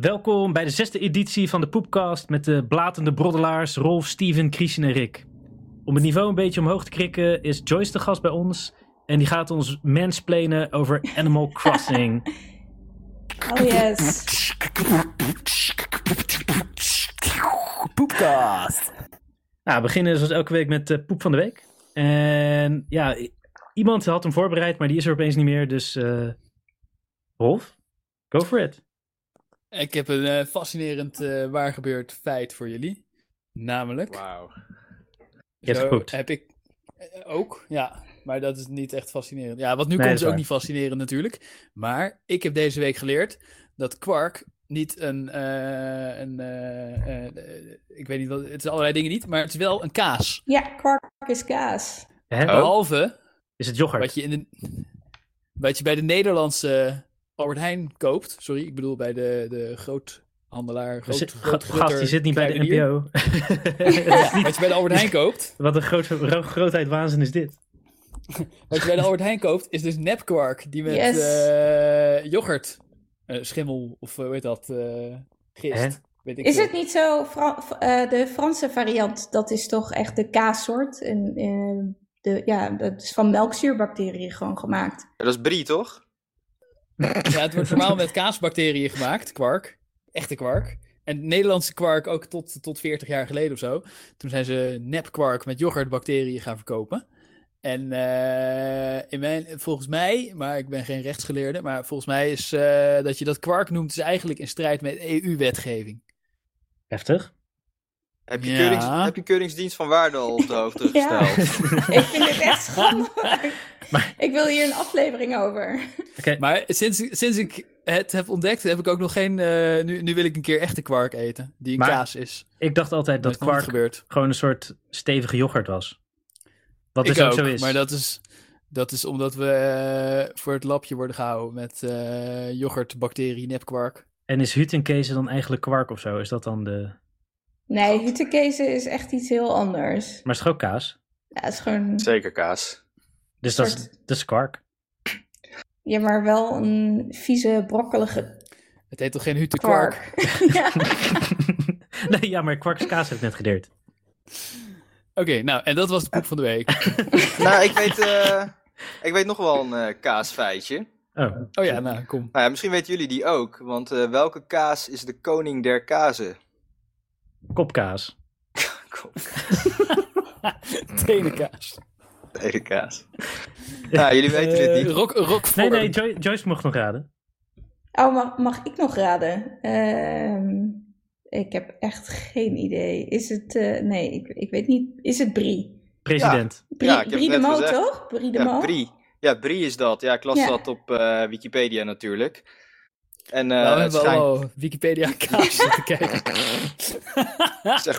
Welkom bij de zesde editie van de Poepcast met de blatende broddelaars Rolf, Steven, Christian en Rick. Om het niveau een beetje omhoog te krikken is Joyce de gast bij ons en die gaat ons mansplainen over Animal Crossing. Oh yes. Poepkast. nou, we beginnen zoals elke week met de poep van de week. En ja, i- iemand had hem voorbereid, maar die is er opeens niet meer, dus eh, Rolf, go for it. Ik heb een eh, fascinerend eh waargebeurd feit voor jullie. Namelijk. Wauw. Je hebt zo gepoept. Heb ik eh, ook, ja. Maar dat is niet echt fascinerend. Ja, wat nu Nee, dat komt is is ook waar. niet fascinerend natuurlijk. Maar ik heb deze week geleerd dat Quark niet een. eh, een eh, eh, ik weet niet wat. Het is allerlei dingen niet, maar het is wel een kaas. Ja, kwark is kaas. Hè? Oh. Behalve Is het yoghurt? wat je, in de, wat je bij de Nederlandse Albert Heijn koopt. Sorry, ik bedoel bij de, de groothandelaar. We Groot, zi- groot- ga- Gast, je groter zit niet bij de kruidenier. NPO. Ja, wat je bij de Albert Heijn koopt, Wat een groot, ro- grootheid waanzin is dit. wat je bij de Albert Heijn koopt, is dus nepkwark die met Yes. eh, yoghurt, eh, schimmel of eh, hoe heet dat, eh gist. Hè? Weet ik Is veel. het niet zo, Fra- f- eh, de Franse variant, dat is toch echt de kaassoort? En, eh, de, ja, dat is van melkzuurbacteriën gewoon gemaakt. Dat is Brie, toch? Ja, het wordt normaal met kaasbacteriën gemaakt, kwark, echte kwark. En Nederlandse kwark ook tot, tot 40 jaar geleden of zo. Toen zijn ze nepkwark met yoghurtbacteriën gaan verkopen. En eh, in mijn, volgens mij, maar ik ben geen rechtsgeleerde, maar volgens mij is eh, dat je dat kwark noemt, is eigenlijk in strijd met E EU-wetgeving. Heftig. Heb je, Ja. keurings- heb je keuringsdienst van waarde al op de hoogte Ja. gesteld? Ik vind het echt schandalig. Ik wil hier een aflevering over. Maar sinds, sinds ik het heb ontdekt, heb ik ook nog geen. eh, nu, nu wil ik een keer echte kwark eten, die een Maar kaas is. Ik dacht altijd dat Nooit nog niet kwark gebeurt. gewoon een soort stevige yoghurt was. Wat ik dus ook, zo is. Maar dat is, dat is omdat we eh, voor het lapje worden gehouden met eh yoghurt, bacterie, nepkwark. En is hutenkezen dan eigenlijk kwark of zo? Is dat dan de... Nee, huttekezen is echt iets heel anders. Maar het is toch ook kaas? Ja, het is gewoon... Zeker kaas. Dus dat is, Soort- dat is kwark. Ja, maar wel een vieze, brokkelige Het heet toch geen hute kwark? kwark. ja. nee, ja, maar kwark is kaas heb ik net geleerd. Oké, nou, en dat was de poep van de week. nou, ik weet, eh, ik weet nog wel een eh, kaasfeitje. Oh, Oh ja, nou, kom. Nou ja, misschien weten jullie die ook. Want eh, welke kaas is de koning der kazen? kopkaas. Kom, Tenenkaas. de kaas. nou, jullie weten dit Eh niet. rock, rock Nee, nee, Jo- Joyce mocht nog raden. Oh, mag, mag ik nog raden? Ehm, ik heb echt geen idee. Is het... eh, nee, ik, ik weet niet. Is het Brie? President. Brie, Ja, ik heb Brie de het net Mo, gezegd. toch? Brie de Ja, Mo? Brie. Ja, Brie is dat. Ja, ik las Ja. dat op eh, Wikipedia natuurlijk. En eh, Nou, we het hebben schijnt- al Wikipedia kaas zitten kijken. Zeg,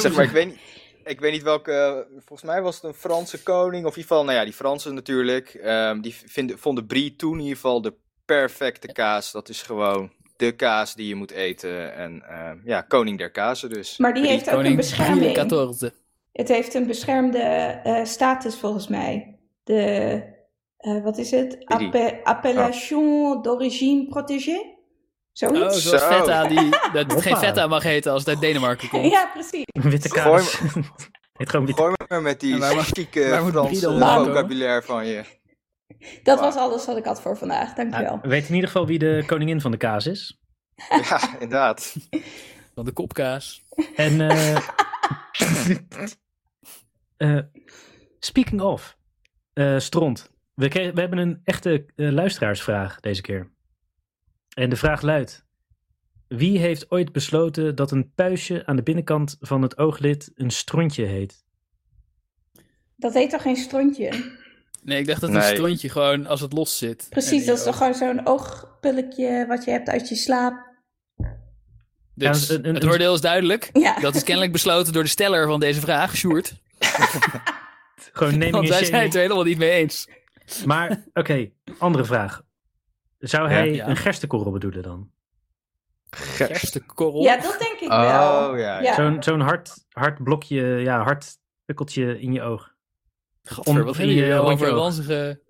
zeg maar, ik weet, niet, ik weet niet welke. eh, Volgens mij was het een Franse koning. Of in ieder geval, nou ja, die Fransen natuurlijk. ehm, die vinden, vonden Brie toen in ieder geval de perfecte kaas. Dat is gewoon de kaas die je moet eten. En ehm, ja, koning der kazen dus. Maar die Brie. heeft ook een Brie bescherming. Catorze. Het heeft een beschermde eh, status volgens mij. De, eh, wat is het? Brie. Appe- appellation d'origine protégée? Oh, Zoiets? zoals Zo. feta, die, dat het geen Hoppa. feta mag heten als het uit Denemarken komt. ja, precies. Witte Gooi kaas. Heet gewoon witte Gooi maar met die En waar mag- chique waar moet Brie Franse dan vandaan komen? vocabulaire van je. Dat was alles wat ik had voor vandaag. Dankjewel. Nou, weet in ieder geval wie de koningin van de kaas is. Ja, inderdaad. Van de kopkaas. En eh, eh, speaking of, eh Stront, we, kre- we hebben een echte eh, luisteraarsvraag deze keer. En de vraag luidt: Wie heeft ooit besloten dat een puistje aan de binnenkant van het ooglid een strontje heet? Dat heet toch geen strontje? Nee, ik dacht dat Nee. een strontje gewoon als het los zit. Precies, En- dat is toch gewoon zo'n oogpulkje wat je hebt uit je slaap? Dus Ja, een- een- het oordeel is duidelijk. Ja. Dat is kennelijk besloten door de steller van deze vraag, Sjoerd. Gewoon Want naming wij en zijn het shaming. er helemaal niet mee eens. Maar oké, andere vraag. Zou Ja. hij Ja. een gerstekorrel bedoelen dan? Kerstenkorrel. Ja, dat denk ik wel. Oh ja. Ja. Zo'n zo'n hard, hard blokje, ja, hard pukkeltje in je oog. Gadver, om- wat hebben jullie die, eh, wel rondje over oog. ranzige...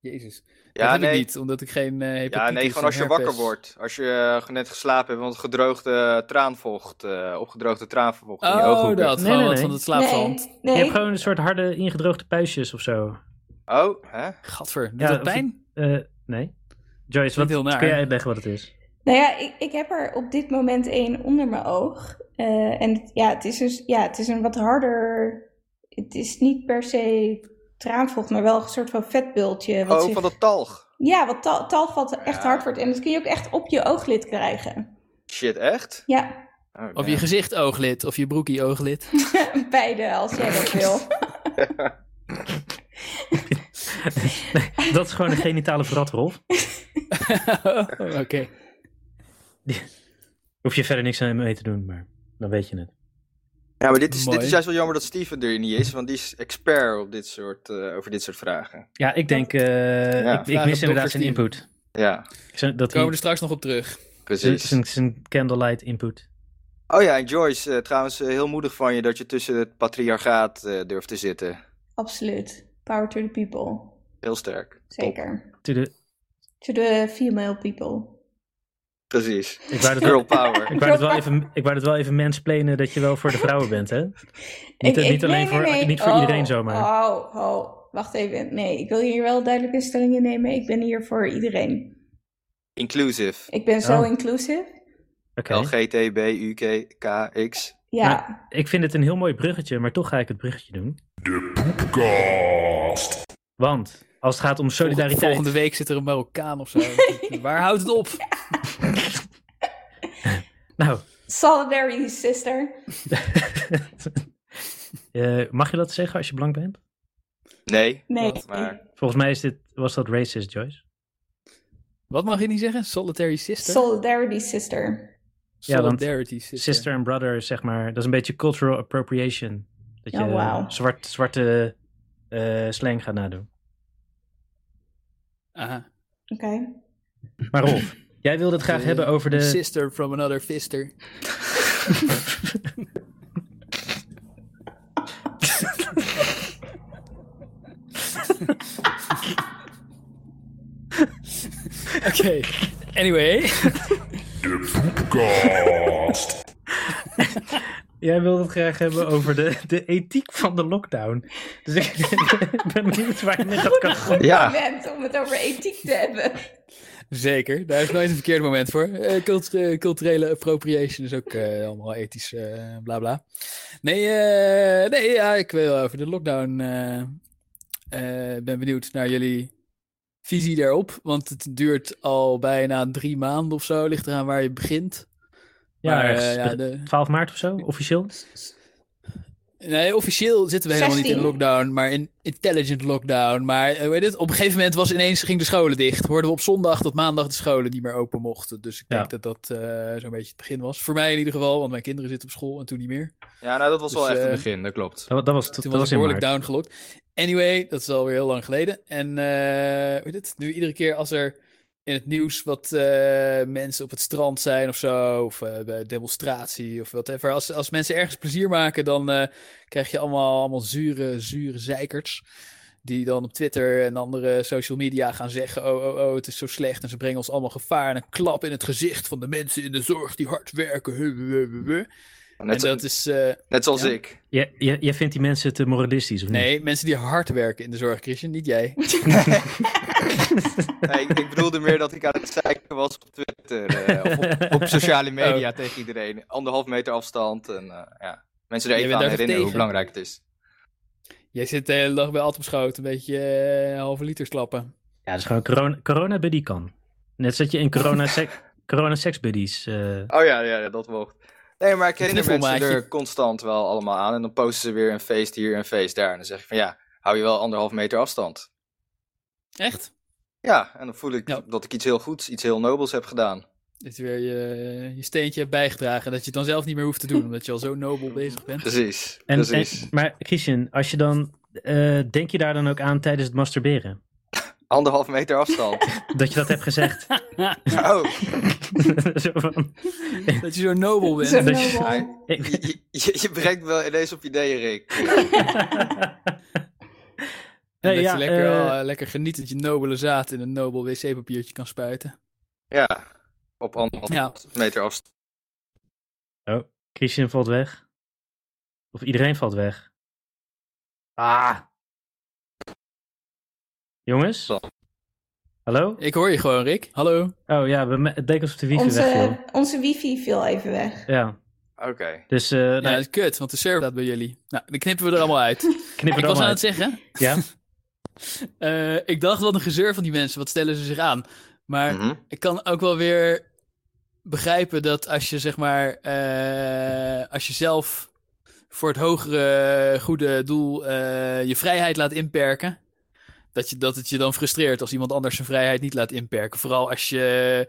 Jezus. dat heb ik niet, omdat ik geen eh hepatitis Ja, nee, gewoon als en je wakker herpes- wordt. Als je eh, net geslapen hebt, want gedroogde traanvocht, eh, opgedroogde traanvocht in je Oh, ooghoeken. dat. Nee, gewoon nee, wat nee. van het slaapzand. Je nee. hebt gewoon een soort harde ingedroogde puistjes of zo. Oh, hè? Gadver, doet Ja, dat of het- pijn? Eh, nee. Joyce, wat, heel naar. kun jij uitleggen wat het is? Nou ja, ik, ik heb er op dit moment één onder mijn oog. Eh, en het- ja, het is dus, ja, het is een wat harder. Het is niet per se traanvocht, maar wel een soort van vetbultje. Wat Oh, zich- van dat talg. Ja, wat tal, talvat echt Ja. hard wordt. En dat kun je ook echt op je ooglid krijgen. Shit, echt? Ja, Oh, Of damn. je gezicht ooglid, of je broekie ooglid. beide als jij dat wil. Dat is gewoon een genitale verrat, Rolf. Oké. Hoef je verder niks aan mee te doen, maar dan weet je het. Ja, maar dit is, dit Mooi. is juist wel jammer dat Steven er niet is, want die is expert op dit soort, eh, over dit soort vragen. Ja, ik denk, eh, ik, ik vraag mis het inderdaad dokter zijn input. Ja, Zijn- We Dat hij- komen er straks nog op terug. zijn, precies. zijn, zijn candlelight input. Oh ja, en Joyce, eh, trouwens eh, heel moedig van je dat je tussen het patriarchaat eh, durft te zitten. Absoluut. Power to the people. Heel sterk. Top. Zeker. To the- To the female people. Precies. Ik wou dat wel, Girl power. ik wou dat wel even, ik wou dat wel even mensplenen dat je wel voor de vrouwen bent, hè? Niet, Ik- ik- niet alleen nee, nee, voor, nee. Niet voor Oh, iedereen zomaar. Oh, oh, wacht even. Nee, ik wil hier wel duidelijke stellingen nemen. Ik ben hier voor iedereen. Inclusive. Ik ben zo Oh. inclusive. Oké. LGTBUKKX. Ja, Ik vind het een heel mooi bruggetje, maar toch ga ik het bruggetje doen. Poepkast. Want als het gaat om solidariteit. Volgende week zit er een Marokkaan of zo. Waar houdt het op? Nou, solidarity sister. eh, mag je dat zeggen als je blank bent? Nee. Nee, Wat? Maar- Volgens mij is dit, was dat racist, Joyce. Wat mag je niet zeggen? Solitary sister? solidarity sister. Ja, want Solidarity sister. Sister en brother, is eh, zeg maar. Dat is een beetje cultural appropriation. Dat je Oh, wauw. zwart, zwarte eh, slang gaat nadoen. Aha. Oké. Maar Rolf, jij wilde het graag hebben over de... Sister from another fister. Oké. Anyway. De Poepkast. Jij wilde het graag hebben over de, de ethiek van de lockdown. Dus ik ben benieuwd waar je met dat kan gaan. Ja. Moment om het over ethiek te hebben. Zeker, daar is nooit een verkeerd moment voor. Eh, cult- eh, culturele appropriation is ook eh, allemaal ethisch, eh, bla bla. Nee, eh, nee ja, ik wil over de lockdown. eh, eh, ben benieuwd naar jullie visie daarop. Want het duurt al bijna drie maanden of zo. Ligt eraan waar je begint. Ja, Maar, eh, ergens ja, be- de- 12 maart of zo, officieel. Nee, officieel zitten we helemaal niet in 16. lockdown, maar in intelligent lockdown. Maar eh, hoe heet het? op een gegeven moment was ineens ging de scholen dicht. Hoorden we op zondag dat maandag de scholen niet meer open mochten. Dus ik Ja. denk dat dat eh, zo'n beetje het begin was. Voor mij in ieder geval, want mijn kinderen zitten op school en toen niet meer. ja, nou dat was wel Dus, echt het eh, begin, dat klopt. Dat, dat was, dat, Toen dat was was ik in behoorlijk maart. downgelokt. Anyway, dat is alweer heel lang geleden. En eh, hoe heet het? Nu iedere keer als er in het nieuws wat eh, mensen op het strand zijn of zo, of eh, bij demonstratie of whatever. Als, als mensen ergens plezier maken, dan eh, krijg je allemaal, allemaal zure, zure zeikers. Die dan op Twitter en andere social media gaan zeggen: Oh, oh, oh, het is zo slecht. En ze brengen ons allemaal gevaar. En een klap in het gezicht van de mensen in de zorg die hard werken. Huh, huh, huh, huh. En Net, zo- dat is. eh, net zoals ja. ik. Jij- jij- jij vindt die mensen te moralistisch, of niet? Nee, mensen die hard werken in de zorg, Christian, niet jij. Nee, ik. Ik bedoelde meer dat ik aan het zeiken was op Twitter. eh, of op, op sociale media Oh. tegen iedereen. Anderhalf meter afstand. En eh, ja, mensen er Jij even bent aan daar herinneren tegen. hoe belangrijk het is. Jij zit de hele dag bij Altemschoot een beetje eh, halve liters klappen. Ja, dat is gewoon corona, corona buddy kan. Net zoals je in corona, sec, corona sex buddies. eh, Oh ja, ja, ja, dat mocht. Nee, maar ik herinner mensen knuffelmaatje. er constant wel allemaal aan. En dan posten ze weer een feest hier, een feest daar. En dan zeg ik van ja, hou je wel anderhalf meter afstand. Echt? Ja, en dan voel ik Ja. dat ik iets heel goeds, iets heel nobels heb gedaan. Dat je weer je, je steentje hebt bijgedragen. en Dat je het dan zelf niet meer hoeft te doen, omdat je al zo nobel bezig bent. Precies, en, en, precies. maar Christian, als je dan, eh, denk je daar dan ook aan tijdens het masturberen? Anderhalf meter afstand. Dat je dat hebt gezegd? oh, Zo van, Dat je zo nobel bent. Zo dat je- nobel. ik- je, je, je brengt wel ineens op ideeën, Rick. En Nee, dat ja, je lekker, eh, eh, lekker genietend je nobele zaad in een nobel wc-papiertje kan spuiten. Ja, op anderhalf Ja. meter afstand. Christian valt weg. Of iedereen valt weg. Ah. Jongens? Dan. Hallo? Ik hoor je gewoon, Rick. Hallo. Oh ja, we, me- het leek alsof de wifi Onze, wegviel. onze wifi viel even weg. Ja, Oké. dus eh Ja, nou, dat is kut, want de server staat bij jullie. Nou, dan knippen we er allemaal uit. knip het ik was allemaal aan uit. het zeggen. Ja? eh, ik dacht wat een gezeur van die mensen. Wat stellen ze zich aan? Maar Mhm. ik kan ook wel weer begrijpen dat als je zeg maar eh, als je zelf voor het hogere goede doel eh, je vrijheid laat inperken, dat, je, dat het je dan frustreert als iemand anders zijn vrijheid niet laat inperken. Vooral als je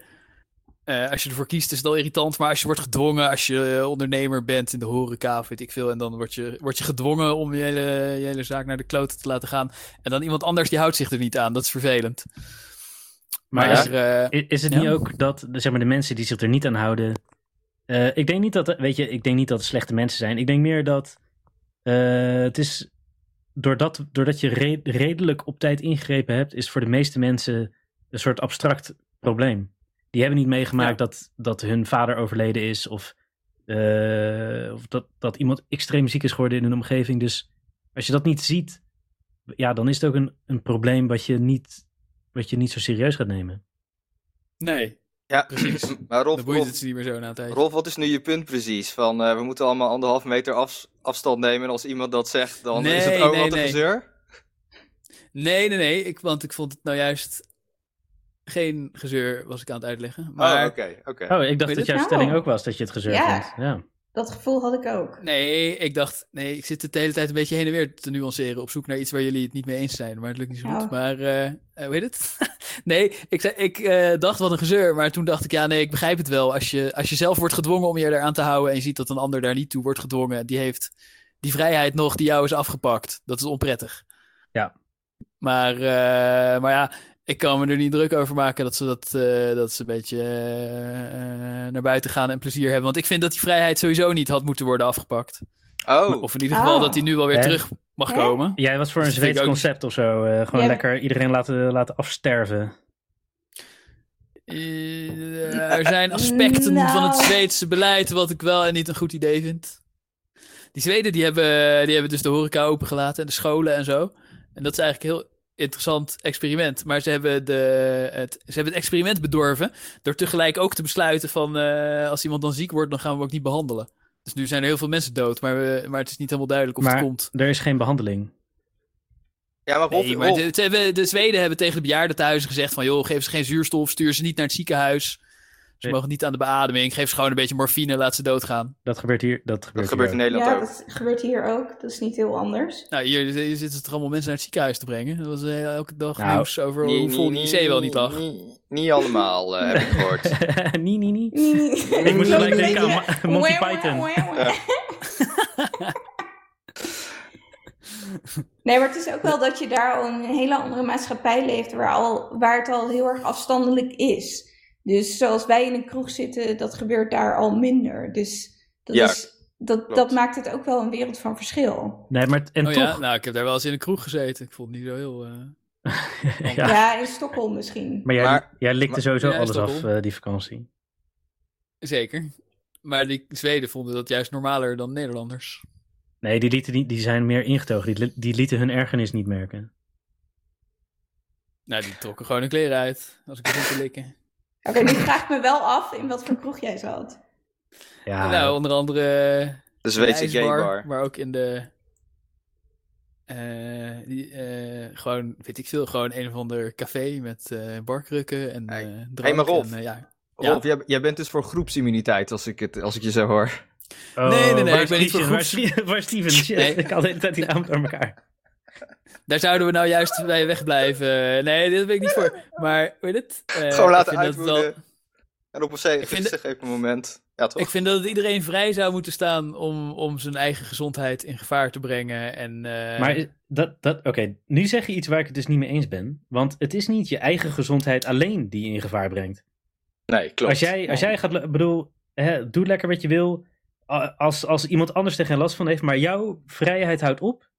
eh, als je ervoor kiest is het al irritant, maar als je wordt gedwongen, als je eh, ondernemer bent in de horeca of weet ik veel, en dan word je, word je gedwongen om je hele, je hele zaak naar de klote te laten gaan. En dan iemand anders die houdt zich er niet aan, dat is vervelend. Maar, Maar als is, er, eh, i- is het Ja. niet ook dat de- zeg maar, de mensen die zich er niet aan houden... eh, ik denk niet dat, weet je, ik denk niet dat het slechte mensen zijn. Ik denk meer dat eh, het is... Doordat, doordat je re- redelijk op tijd ingegrepen hebt, is voor de meeste mensen een soort abstract probleem. Die hebben niet meegemaakt Ja. dat, dat hun vader overleden is of, eh, of dat, dat iemand extreem ziek is geworden in hun omgeving. Dus als je dat niet ziet, ja, dan is het ook een, een probleem wat je, niet, wat je niet zo serieus gaat nemen. Nee, Ja, precies. maar Rolf, Dan boeit Rolf, het ze niet meer zo na een tijdje. Rolf, wat is nu je punt precies? Van eh, we moeten allemaal anderhalf meter afs- afstand nemen. En als iemand dat zegt, dan is het Nee, ook nee, wat een nee. gezeur. Nee, nee, nee, ik, want ik vond het nou juist geen gezeur, was ik aan het uitleggen. Maar Maar... oké, oké. Oh, ik dacht Weet dat het? jouw Nou. stelling ook was dat je het gezeur Ja. vindt. Ja. Dat gevoel had ik ook. nee, ik dacht, nee, ik zit het de hele tijd een beetje heen en weer te nuanceren op zoek naar iets waar jullie het niet mee eens zijn, maar het lukt niet zo goed. Oh. Maar, eh eh, hoe heet het? nee, ik, zei, ik eh, dacht wat een gezeur, maar toen dacht ik, ja, nee, ik begrijp het wel. Als je, als je zelf wordt gedwongen om je eraan te houden en je ziet dat een ander daar niet toe wordt gedwongen, die heeft die vrijheid nog die jou is afgepakt. Dat is onprettig. Ja. Maar, eh, maar ja, ik kan me er niet druk over maken dat ze, dat, eh, dat ze een beetje eh, eh, naar buiten gaan en plezier hebben. Want ik vind dat die vrijheid sowieso niet had moeten worden afgepakt. Oh, Of in ieder geval Oh. dat die nu wel weer Hè? terug mag Hè? komen. Jij was voor een Dus dat vind Zweeds ik ook niet- concept of zo. eh, gewoon Ja. lekker iedereen laten, laten afsterven. Eh, er zijn aspecten Nou. van het Zweedse beleid wat ik wel en niet een goed idee vind. Die Zweden die hebben, die hebben dus de horeca opengelaten en de scholen en zo. En dat is eigenlijk een heel interessant experiment. Maar ze hebben, de, het, ze hebben het experiment bedorven door tegelijk ook te besluiten van eh, als iemand dan ziek wordt, dan gaan we hem ook niet behandelen. Dus nu zijn er heel veel mensen dood, maar, we, maar het is niet helemaal duidelijk of Maar- het komt. Er is geen behandeling. ja, maar Rolf, Nee, maar Oh. Rolf, de, ze hebben- de Zweden hebben tegen de bejaardentehuizen gezegd van... joh, geef ze geen zuurstof, stuur ze niet naar het ziekenhuis. Ze Nee. mogen niet aan de beademing. Geef ze gewoon een beetje morfine, laat ze doodgaan. Dat gebeurt hier. Dat gebeurt, dat gebeurt in hier Nederland Ja, ook. dat gebeurt hier ook. Dat is niet heel anders. Nou, hier, hier zitten ze toch allemaal mensen naar het ziekenhuis te brengen. Dat was eh, elke dag Nou, nieuws over Nee, hoe nee, vol die nee, IC wel niet lag. nee, Niet allemaal, eh, heb ik gehoord. nee, nee, nee. Ik Ik moest gelijk denken aan Ma- Monty Python. Nee, maar het is ook wel dat je daar al in een hele andere maatschappij leeft waar, al, waar het al heel erg afstandelijk is. Dus zoals wij in een kroeg zitten, dat gebeurt daar al minder. Dus dat, Ja, is, dat, dat klopt. maakt het ook wel een wereld van verschil. Nee, maar t- en oh ja, toch. nou, ik heb daar wel eens in een kroeg gezeten. Ik vond het niet zo heel... eh, Ja. Ja, in Stockholm misschien. Maar jij, Maar- jij likte maar- sowieso Ja, is alles dat af, cool? eh, die vakantie. Zeker. Maar die Zweden vonden dat juist normaler dan Nederlanders. Nee, die, lieten, niet- die zijn meer ingetogen. Die, li- die lieten hun ergernis niet merken. Nou, die trokken gewoon hun kleren uit als ik begon te likken. Oké, nu vraag ik me wel af in wat voor kroeg jij zat. Ja, Nou, onder andere... eh, De Zweedse ijsbar, gaybar. Maar ook in de. eh, die, eh, gewoon, weet ik veel, gewoon een of ander café met eh barkrukken en Hey. eh drank. Hey, maar Rolf. en, eh, ja. Rolf, jij, jij bent dus voor groepsimmuniteit, als ik, het, als ik je zo hoor. Oh, nee, nee, nee, waar ik ben niet Steven? voor Waar, Steven? Waar Steven? Shit, Nee. ik had de hele tijd die naam door elkaar. Daar zouden we nou juist bij wegblijven. Nee, dit ben ik niet voor. Maar, weet het? Eh, Gewoon ik laten vind dat het wel- uitmoeden. En op een Ik vind gegeven moment. Ja, toch? Ik vind dat het iedereen vrij zou moeten staan om, om zijn eigen gezondheid in gevaar te brengen. En, eh, Maar is- dat, dat, oké, nu zeg je iets waar ik het dus niet mee eens ben. Want het is niet je eigen gezondheid alleen die je in gevaar brengt. Nee, klopt. Als jij, als jij gaat, le- bedoel, hè, doe lekker wat je wil. A- Als, als iemand anders er geen last van heeft, maar jouw vrijheid houdt op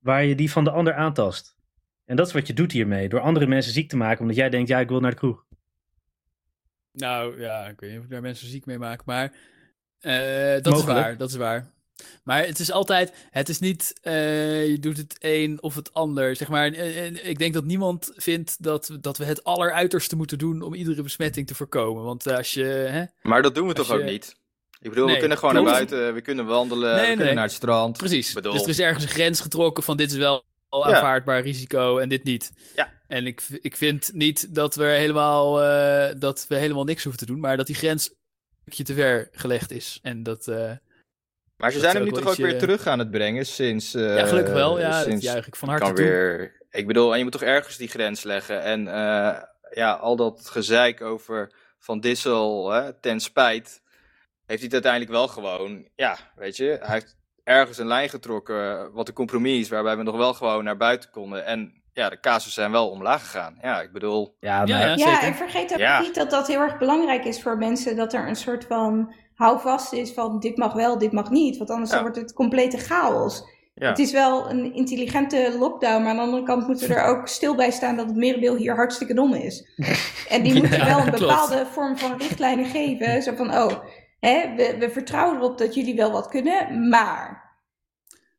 waar je die van de ander aantast. En dat is wat je doet hiermee. Door andere mensen ziek te maken. Omdat jij denkt, ja, ik wil naar de kroeg. Nou ja, ik weet niet of ik daar mensen ziek mee maak, maar eh, dat Mogelijk. is waar, dat is waar. Maar het is altijd, het is niet, eh, je doet het een of het ander, zeg maar. Eh, eh, ik denk dat niemand vindt dat, dat we het alleruiterste moeten doen om iedere besmetting te voorkomen. Want eh, als je, hè, Maar dat doen we Als toch ook je- niet? Ik bedoel, we Nee, kunnen gewoon naar klopt. buiten, we kunnen wandelen, we Nee, kunnen nee. naar het strand. precies, bedoel- dus er is ergens een grens getrokken van dit is wel al Ja. aanvaardbaar risico en dit niet. Ja. En ik, v- ik vind niet dat we helemaal, eh, dat we helemaal niks hoeven te doen, maar dat die grens een stukje te ver gelegd is. En dat... eh, Maar ze Dat zijn hem nu is toch ook wel ook weer ietsje- terug aan het brengen sinds... eh, Ja, gelukkig wel. Ja, dat sinds juich ik van kan harte toe. weer... Ik bedoel, en je moet toch ergens die grens leggen. En eh, ja, al dat gezeik over Van Dissel, hè, ten spijt, heeft hij het uiteindelijk wel gewoon... Ja, weet je, hij heeft ergens een lijn getrokken eh, wat een compromis is... waarbij we nog wel gewoon naar buiten konden. En ja, de casus zijn wel omlaag gegaan. Ja, ik bedoel... Ja, maar Ja, ja, Ja, zeker. en vergeet ook Ja. niet dat dat heel erg belangrijk is voor mensen. Dat er een soort van houvast is van dit mag wel, dit mag niet. Want anders Ja. dan wordt het complete chaos. Ja. Het is wel een intelligente lockdown. Maar aan de andere kant moeten we er ook stil bij staan dat het merendeel hier hartstikke dom is. En die moeten Ja, wel een klopt. bepaalde vorm van richtlijnen geven. Zo van, oh, hè, we, we vertrouwen erop dat jullie wel wat kunnen. Maar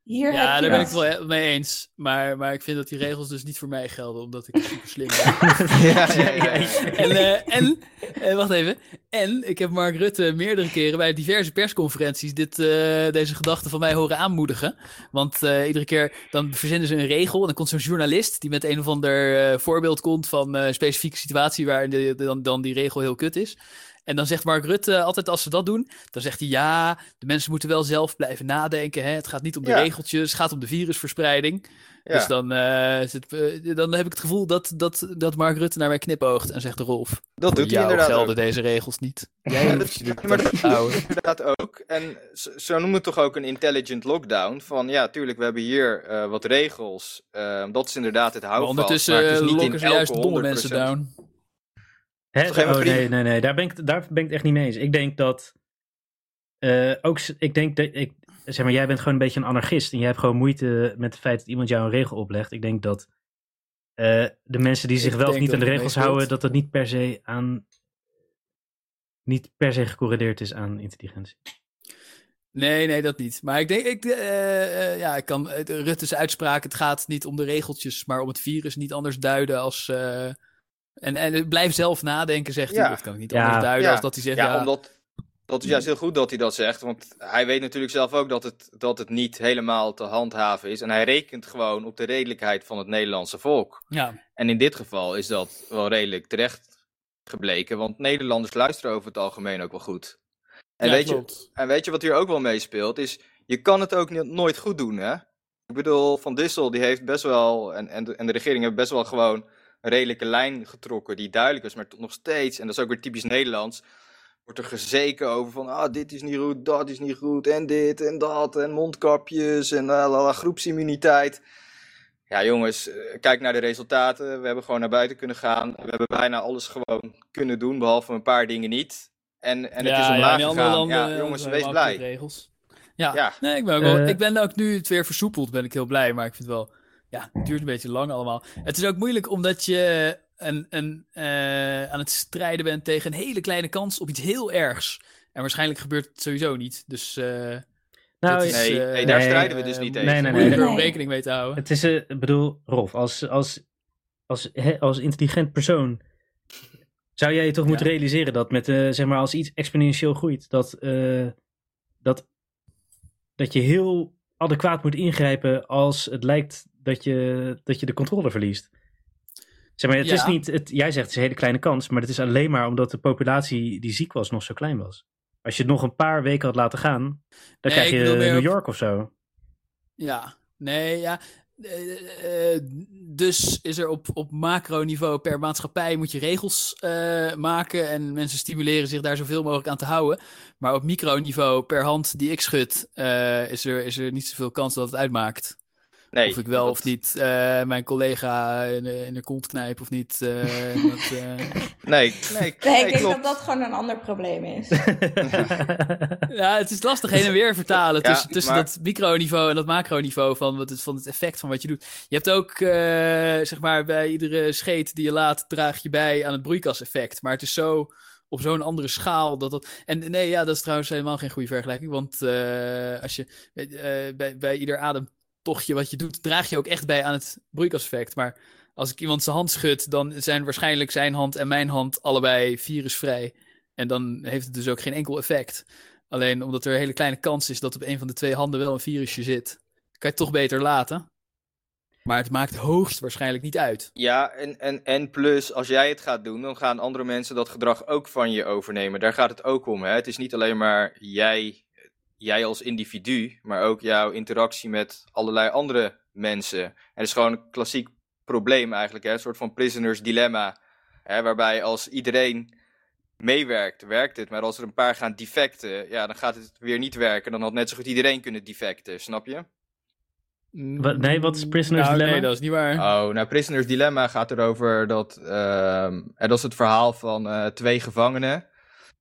hier heb Ja, je daar ben ik wat. het wel mee eens. Maar, maar ik vind dat die regels dus niet voor mij gelden, omdat ik super slim ben. Ja, ja, ja, ja. en, eh, en eh, wacht even. En ik heb Mark Rutte meerdere keren bij diverse persconferenties dit, eh, deze gedachte van mij horen aanmoedigen. Want eh, iedere keer dan verzinnen ze een regel en dan komt zo'n journalist die met een of ander eh, voorbeeld komt van eh, een specifieke situatie waarin de- de- dan, dan die regel heel kut is. En dan zegt Mark Rutte altijd als ze dat doen, dan zegt hij ja, de mensen moeten wel zelf blijven nadenken. Hè? Het gaat niet om de Ja. regeltjes, het gaat om de virusverspreiding. Ja. Dus dan, eh, is het, eh, dan heb ik het gevoel dat, dat, dat Mark Rutte naar mij knipoogt en zegt Rolf, dat doet hij jou inderdaad ook. gelden deze regels niet. Jij Ja, hoeft je dat- dit maar te dat- houden. inderdaad ook. En zo, zo noemen we het toch ook een intelligent lockdown. Van ja, tuurlijk, we hebben hier eh, wat regels. Ehm, dat is inderdaad het Maar houvast. maar het ondertussen eh, is dus niet lokken in ze elke juist domme 100%. mensen down. Hè, Toch helemaal oh, prima. nee, nee, nee. Daar ben, ik, daar ben ik het echt niet mee eens. Ik denk dat. eh, ook, s- ik denk dat. Ik, zeg maar, jij bent gewoon een beetje een anarchist. En jij hebt gewoon moeite met het feit dat iemand jou een regel oplegt. Ik denk dat. eh, de mensen die Ik zich wel of denk niet dat aan de het regels meespeelt. houden. dat dat niet per se aan. niet per se gecorreleerd is aan intelligentie. Nee, nee, dat niet. Maar ik denk, ik, eh, eh, ja, ik kan eh, de Rutte's uitspraak, het gaat niet om de regeltjes, maar om het virus niet anders duiden als... eh, en, en eh, blijf zelf nadenken, zegt Ja. hij. Dat kan ik niet Ja. anders duiden Ja. als dat hij zegt, ja, Mm. Ja, omdat. Dat is juist heel goed dat hij dat zegt. Want hij weet natuurlijk zelf ook dat het, dat het niet helemaal te handhaven is. En hij rekent gewoon op de redelijkheid van het Nederlandse volk. ja, En in dit geval is dat wel redelijk terecht gebleken. Want Nederlanders luisteren over het algemeen ook wel goed. En ja, weet je, klopt. En weet je wat hier ook wel meespeelt? Is je kan het ook niet- nooit goed doen, hè? Ik bedoel, Van Dissel die heeft best wel, en, en, de, en de regering heeft best wel gewoon een redelijke lijn getrokken die duidelijk is. Maar tot nog steeds, en dat is ook weer typisch Nederlands, wordt er gezeken over van, ah, dit is niet goed, dat is niet goed, en dit en dat, en mondkapjes, en eh, la, la, la, groepsimmuniteit. Ja, jongens, eh, kijk naar de resultaten. We hebben gewoon naar buiten kunnen gaan. We hebben bijna alles gewoon kunnen doen, behalve een paar dingen niet. En, en het Ja, is ja, omlaag in andere gegaan. landen, ja, eh, jongens, zijn wees wel andere blij. Regels. Ja, Ja. Nee, ik ben, ook wel, Eh. ik ben ook nu het weer versoepeld, ben ik heel blij. Maar ik vind wel, ja, het duurt een beetje lang allemaal. Het is ook moeilijk omdat je een, een, eh, aan het strijden bent tegen een hele kleine kans op iets heel ergs. En waarschijnlijk gebeurt het sowieso niet. Dus eh Nou, dat is, Nee, eh, nee, daar nee, strijden we dus niet eh, tegen. nee, nee, moeilijker nee. om Nee. rekening mee te houden. Het is, eh, ik bedoel, Rolf, als, als, als, hè, als intelligent persoon zou jij je toch moeten Ja. realiseren dat met, eh, zeg maar, als iets exponentieel groeit, dat, eh, dat, dat je heel adequaat moet ingrijpen als het lijkt dat je, dat je de controle verliest. Zeg maar, het is Ja. niet, het, jij zegt het is een hele kleine kans, maar het is alleen maar omdat de populatie die ziek was nog zo klein was. Als je het nog een paar weken had laten gaan, dan Nee, krijg ik je bedoel meer New op- York of zo. Ja, nee, ja. Eh, eh, dus is er op, op macroniveau per maatschappij moet je regels eh, maken en mensen stimuleren zich daar zoveel mogelijk aan te houden. Maar op microniveau per hand die ik schud eh, is, er, is er niet zoveel kans dat het uitmaakt. Nee, of ik wel dat- of niet eh, mijn collega in, de- in de kont knijp of niet. eh, dat, eh. Nee, nee, Nee, nee, ik denk klopt. dat dat gewoon een ander probleem is. Ja, het is lastig heen en weer vertalen Ja, tussen, tussen maar- dat microniveau en dat macroniveau van, wat het, van het effect van wat je doet. Je hebt ook, eh, zeg maar, bij iedere scheet die je laat, draag je bij aan het broeikaseffect. Maar het is zo op zo'n andere schaal dat dat... En nee, ja, dat is trouwens helemaal geen goede vergelijking. Want eh, als je eh, bij, bij ieder ademtochtje wat je doet, draag je ook echt bij aan het broeikaseffect. Maar als ik iemand zijn hand schud, dan zijn waarschijnlijk zijn hand en mijn hand allebei virusvrij. En dan heeft het dus ook geen enkel effect. Alleen omdat er een hele kleine kans is dat op een van de twee handen wel een virusje zit, kan je het toch beter laten. Maar het maakt hoogstwaarschijnlijk niet uit. Ja, en, en, en plus, als jij het gaat doen, dan gaan andere mensen dat gedrag ook van je overnemen. Daar gaat het ook om. Hè? Het is niet alleen maar jij, jij als individu, maar ook jouw interactie met allerlei andere mensen. En het is gewoon een klassiek probleem eigenlijk, hè? een soort van prisoners dilemma. Hè? Waarbij als iedereen meewerkt, werkt het. Maar als er een paar gaan defecten, ja, dan gaat het weer niet werken. Dan had net zo goed iedereen kunnen defecten, snap je? Wat- nee, wat is Prisoner's Nou, Dilemma? Nee, dat is niet waar. Oh, nou, Prisoner's Dilemma gaat erover dat. ehm, en dat is het verhaal van eh, twee gevangenen.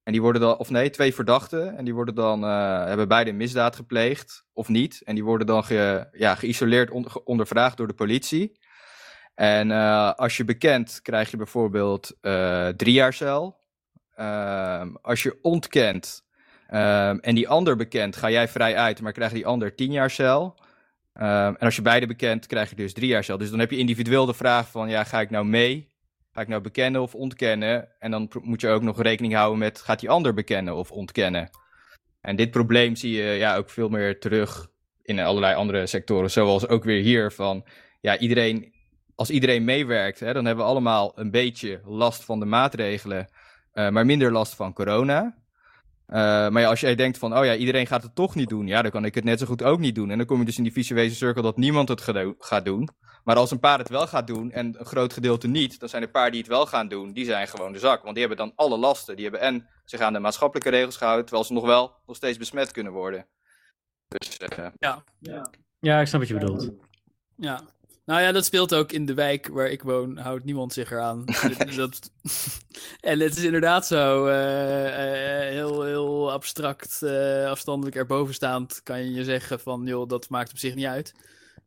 En die worden dan, of nee, twee verdachten. En die worden dan, eh, hebben beide een misdaad gepleegd, of niet. En die worden dan ge, ja, geïsoleerd, on- ge- ondervraagd door de politie. En eh, als je bekent, krijg je bijvoorbeeld eh, drie jaar cel. Ehm, als je ontkent ehm, en die ander bekent, ga jij vrij uit, maar krijgt die ander tien jaar cel. Ehm, en als je beide bekent, krijg je dus drie jaar cel. Dus dan heb je individueel de vraag van, ja, ga ik nou mee? Ga ik nou bekennen of ontkennen? En dan pro- moet je ook nog rekening houden met, gaat die ander bekennen of ontkennen? En dit probleem zie je ja, ook veel meer terug in allerlei andere sectoren. Zoals ook weer hier van, ja, iedereen, als iedereen meewerkt, hè, dan hebben we allemaal een beetje last van de maatregelen, eh, maar minder last van corona. Eh, maar ja, als jij denkt van, oh ja, iedereen gaat het toch niet doen. Ja, dan kan ik het net zo goed ook niet doen. En dan kom je dus in die visuele cirkel dat niemand het gedo- gaat doen. Maar als een paar het wel gaat doen en een groot gedeelte niet, dan zijn de paar die het wel gaan doen, die zijn gewoon de zak. Want die hebben dan alle lasten. Die hebben en zich aan de maatschappelijke regels gehouden, terwijl ze nog wel nog steeds besmet kunnen worden. Dus eh, ja, ik snap wat je bedoelt. Ja. Nou ja, dat speelt ook in de wijk waar ik woon. Houdt niemand zich eraan. Dus dat... En het is inderdaad zo. eh, eh, heel, heel abstract, eh, afstandelijk erbovenstaand kan je je zeggen van... joh, dat maakt op zich niet uit.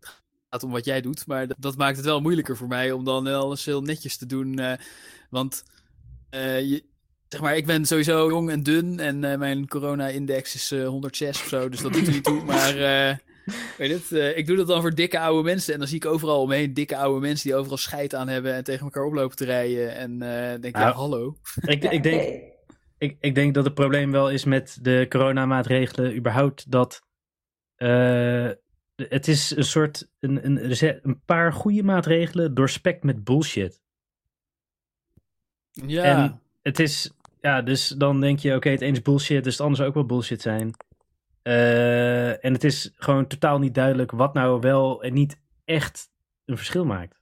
Het gaat om wat jij doet. Maar dat, dat maakt het wel moeilijker voor mij om dan alles heel netjes te doen. eh, want eh, je, zeg maar, ik ben sowieso jong en dun. En eh, mijn corona-index is eh, 106 of zo. Dus dat doet er niet toe. Maar... eh, Weet je het, eh, ik doe dat dan voor dikke oude mensen. En dan zie ik overal omheen dikke oude mensen die overal scheid aan hebben en tegen elkaar oplopen te rijden. En eh, denk ik, ja, Nou. hallo. Ik, Ja, ik, denk, oké. ik, ik denk dat het probleem wel is met de coronamaatregelen überhaupt dat eh, het is een soort een, een, er zijn een paar goede maatregelen doorspekt met bullshit. Ja, En het is, ja, dus dan denk je, oké, het een is bullshit, dus het ander zou ook wel bullshit zijn. Eh, en het is gewoon totaal niet duidelijk wat nou wel en niet echt een verschil maakt.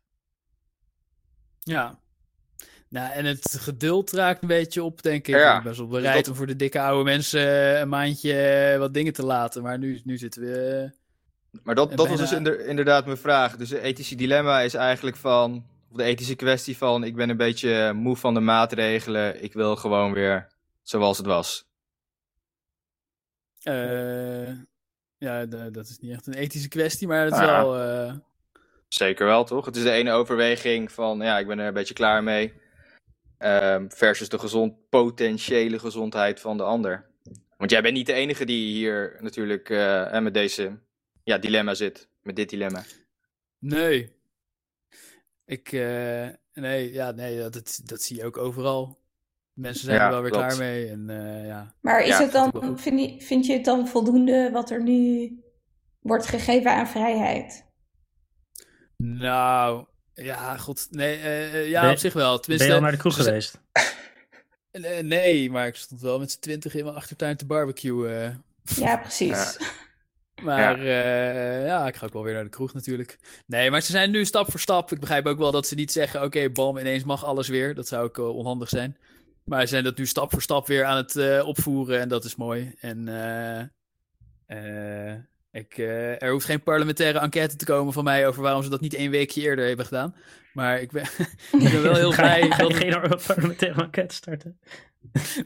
ja. Nou, en het geduld raakt een beetje op, denk ik. Ja. Dus Ik ben best wel bereid dat- om voor de dikke oude mensen eh, een maandje wat dingen te laten. Maar nu, nu zitten we... Maar dat, En dat was bijna- dus inder- inderdaad mijn vraag. Dus de ethische dilemma is eigenlijk van, of de ethische kwestie van, ik ben een beetje moe van de maatregelen, ik wil gewoon weer zoals het was. eh, ja, d- dat is niet echt een ethische kwestie, maar het is Nou ja. wel... eh, Zeker wel, toch? Het is de ene overweging van, ja, ik ben er een beetje klaar mee, ehm, versus de gezond, potentiële gezondheid van de ander. Want jij bent niet de enige die hier natuurlijk eh, en met deze ja, dilemma zit, met dit dilemma. Nee. Ik, eh, nee, ja, nee, dat, dat, dat zie je ook overal. Mensen zijn Ja, er wel weer klopt. klaar mee. En, eh, ja. Maar is Ja, het dat dan, klopt. vind je, vind je het dan voldoende wat er nu wordt gegeven aan vrijheid? Nou, ja, god. Nee, eh, eh, ja, Ben- op zich wel. ben je Tenminste, al naar de kroeg ze- geweest? eh, nee, maar ik stond wel met z'n twintig in mijn achtertuin te barbecuen. eh. Ja, precies. Maar ja. ja, ik ga ook wel weer naar de kroeg natuurlijk. Nee, maar ze zijn nu stap voor stap. Ik begrijp ook wel dat ze niet zeggen: oké, bam, ineens mag alles weer. Dat zou ook eh, onhandig zijn. Maar ze zijn dat nu stap voor stap weer aan het eh, opvoeren en dat is mooi. En eh, eh, Ik, eh, er hoeft geen parlementaire enquête te komen van mij over waarom ze dat niet één weekje eerder hebben gedaan. Maar ik ben, ik ben wel heel Ga blij je, ga je dat het- geen parlementaire enquête starten?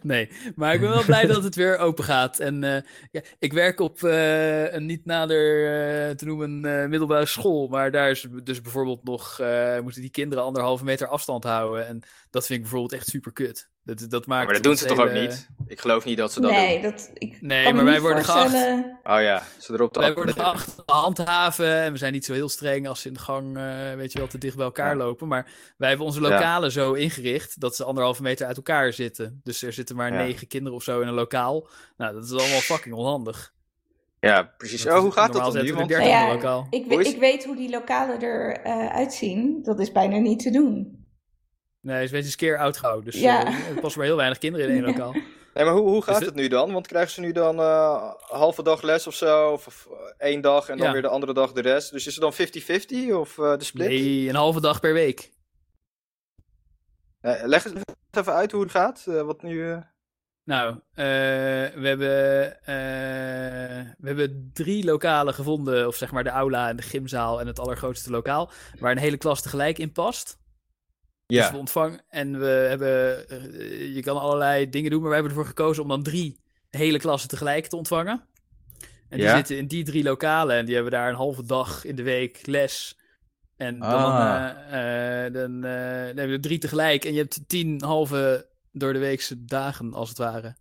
Nee, maar ik ben wel blij dat het weer open gaat. En eh, ja, ik werk op eh, een niet nader eh, te noemen eh, middelbare school. Maar daar is dus bijvoorbeeld nog, eh, moeten die kinderen anderhalve meter afstand houden. En dat vind ik bijvoorbeeld echt super kut. Dat, dat maakt maar dat doen ze het toch ook hele- niet? Ik geloof niet dat ze dat Nee, doen. dat, ik Nee, kan me maar wij niet worden geacht. voorstellen. Oh ja, ze erop te Wij worden appelen. geacht te handhaven en we zijn niet zo heel streng als ze in de gang, eh, weet je wel, te dicht bij elkaar Ja. lopen. Maar wij hebben onze Ja. lokalen zo ingericht dat ze anderhalve meter uit elkaar zitten. Dus er zitten maar Ja. negen kinderen of zo in een lokaal. Nou, dat is allemaal fucking onhandig. Ja, precies. Dat Oh, is- hoe gaat dat normaal dan nu? zetten we Want- er Nou 30 ja, in een lokaal. Ik, Hoe we- is- ik weet hoe die lokalen eruit uitzien. Dat is bijna niet te doen. Nee, ze is een keer oud gehouden. Dus Ja. eh, er passen maar heel weinig kinderen in één Ja. lokaal. Nee, maar hoe, hoe gaat het- het nu dan? Want krijgen ze nu dan eh, een halve dag les of zo? Of, of, eh, één dag en dan Ja. weer de andere dag de rest? Dus is het dan 50-50 of eh, de split? Nee, een halve dag per week. Eh, leg eens even uit hoe het gaat. eh, wat nu... eh, Nou, eh, we, hebben, eh, we hebben drie lokalen gevonden. Of zeg maar de aula en de gymzaal en het allergrootste lokaal. Waar een hele klas tegelijk in past. Dus we ontvangen en we hebben... eh, je kan allerlei dingen doen, maar wij hebben ervoor gekozen om dan drie hele klassen tegelijk te ontvangen. En die Ja. zitten in die drie lokalen en die hebben daar een halve dag in de week les. En dan, Ah. eh, eh, dan, eh, dan heb je er drie tegelijk en je hebt tien halve door de weekse dagen als het ware.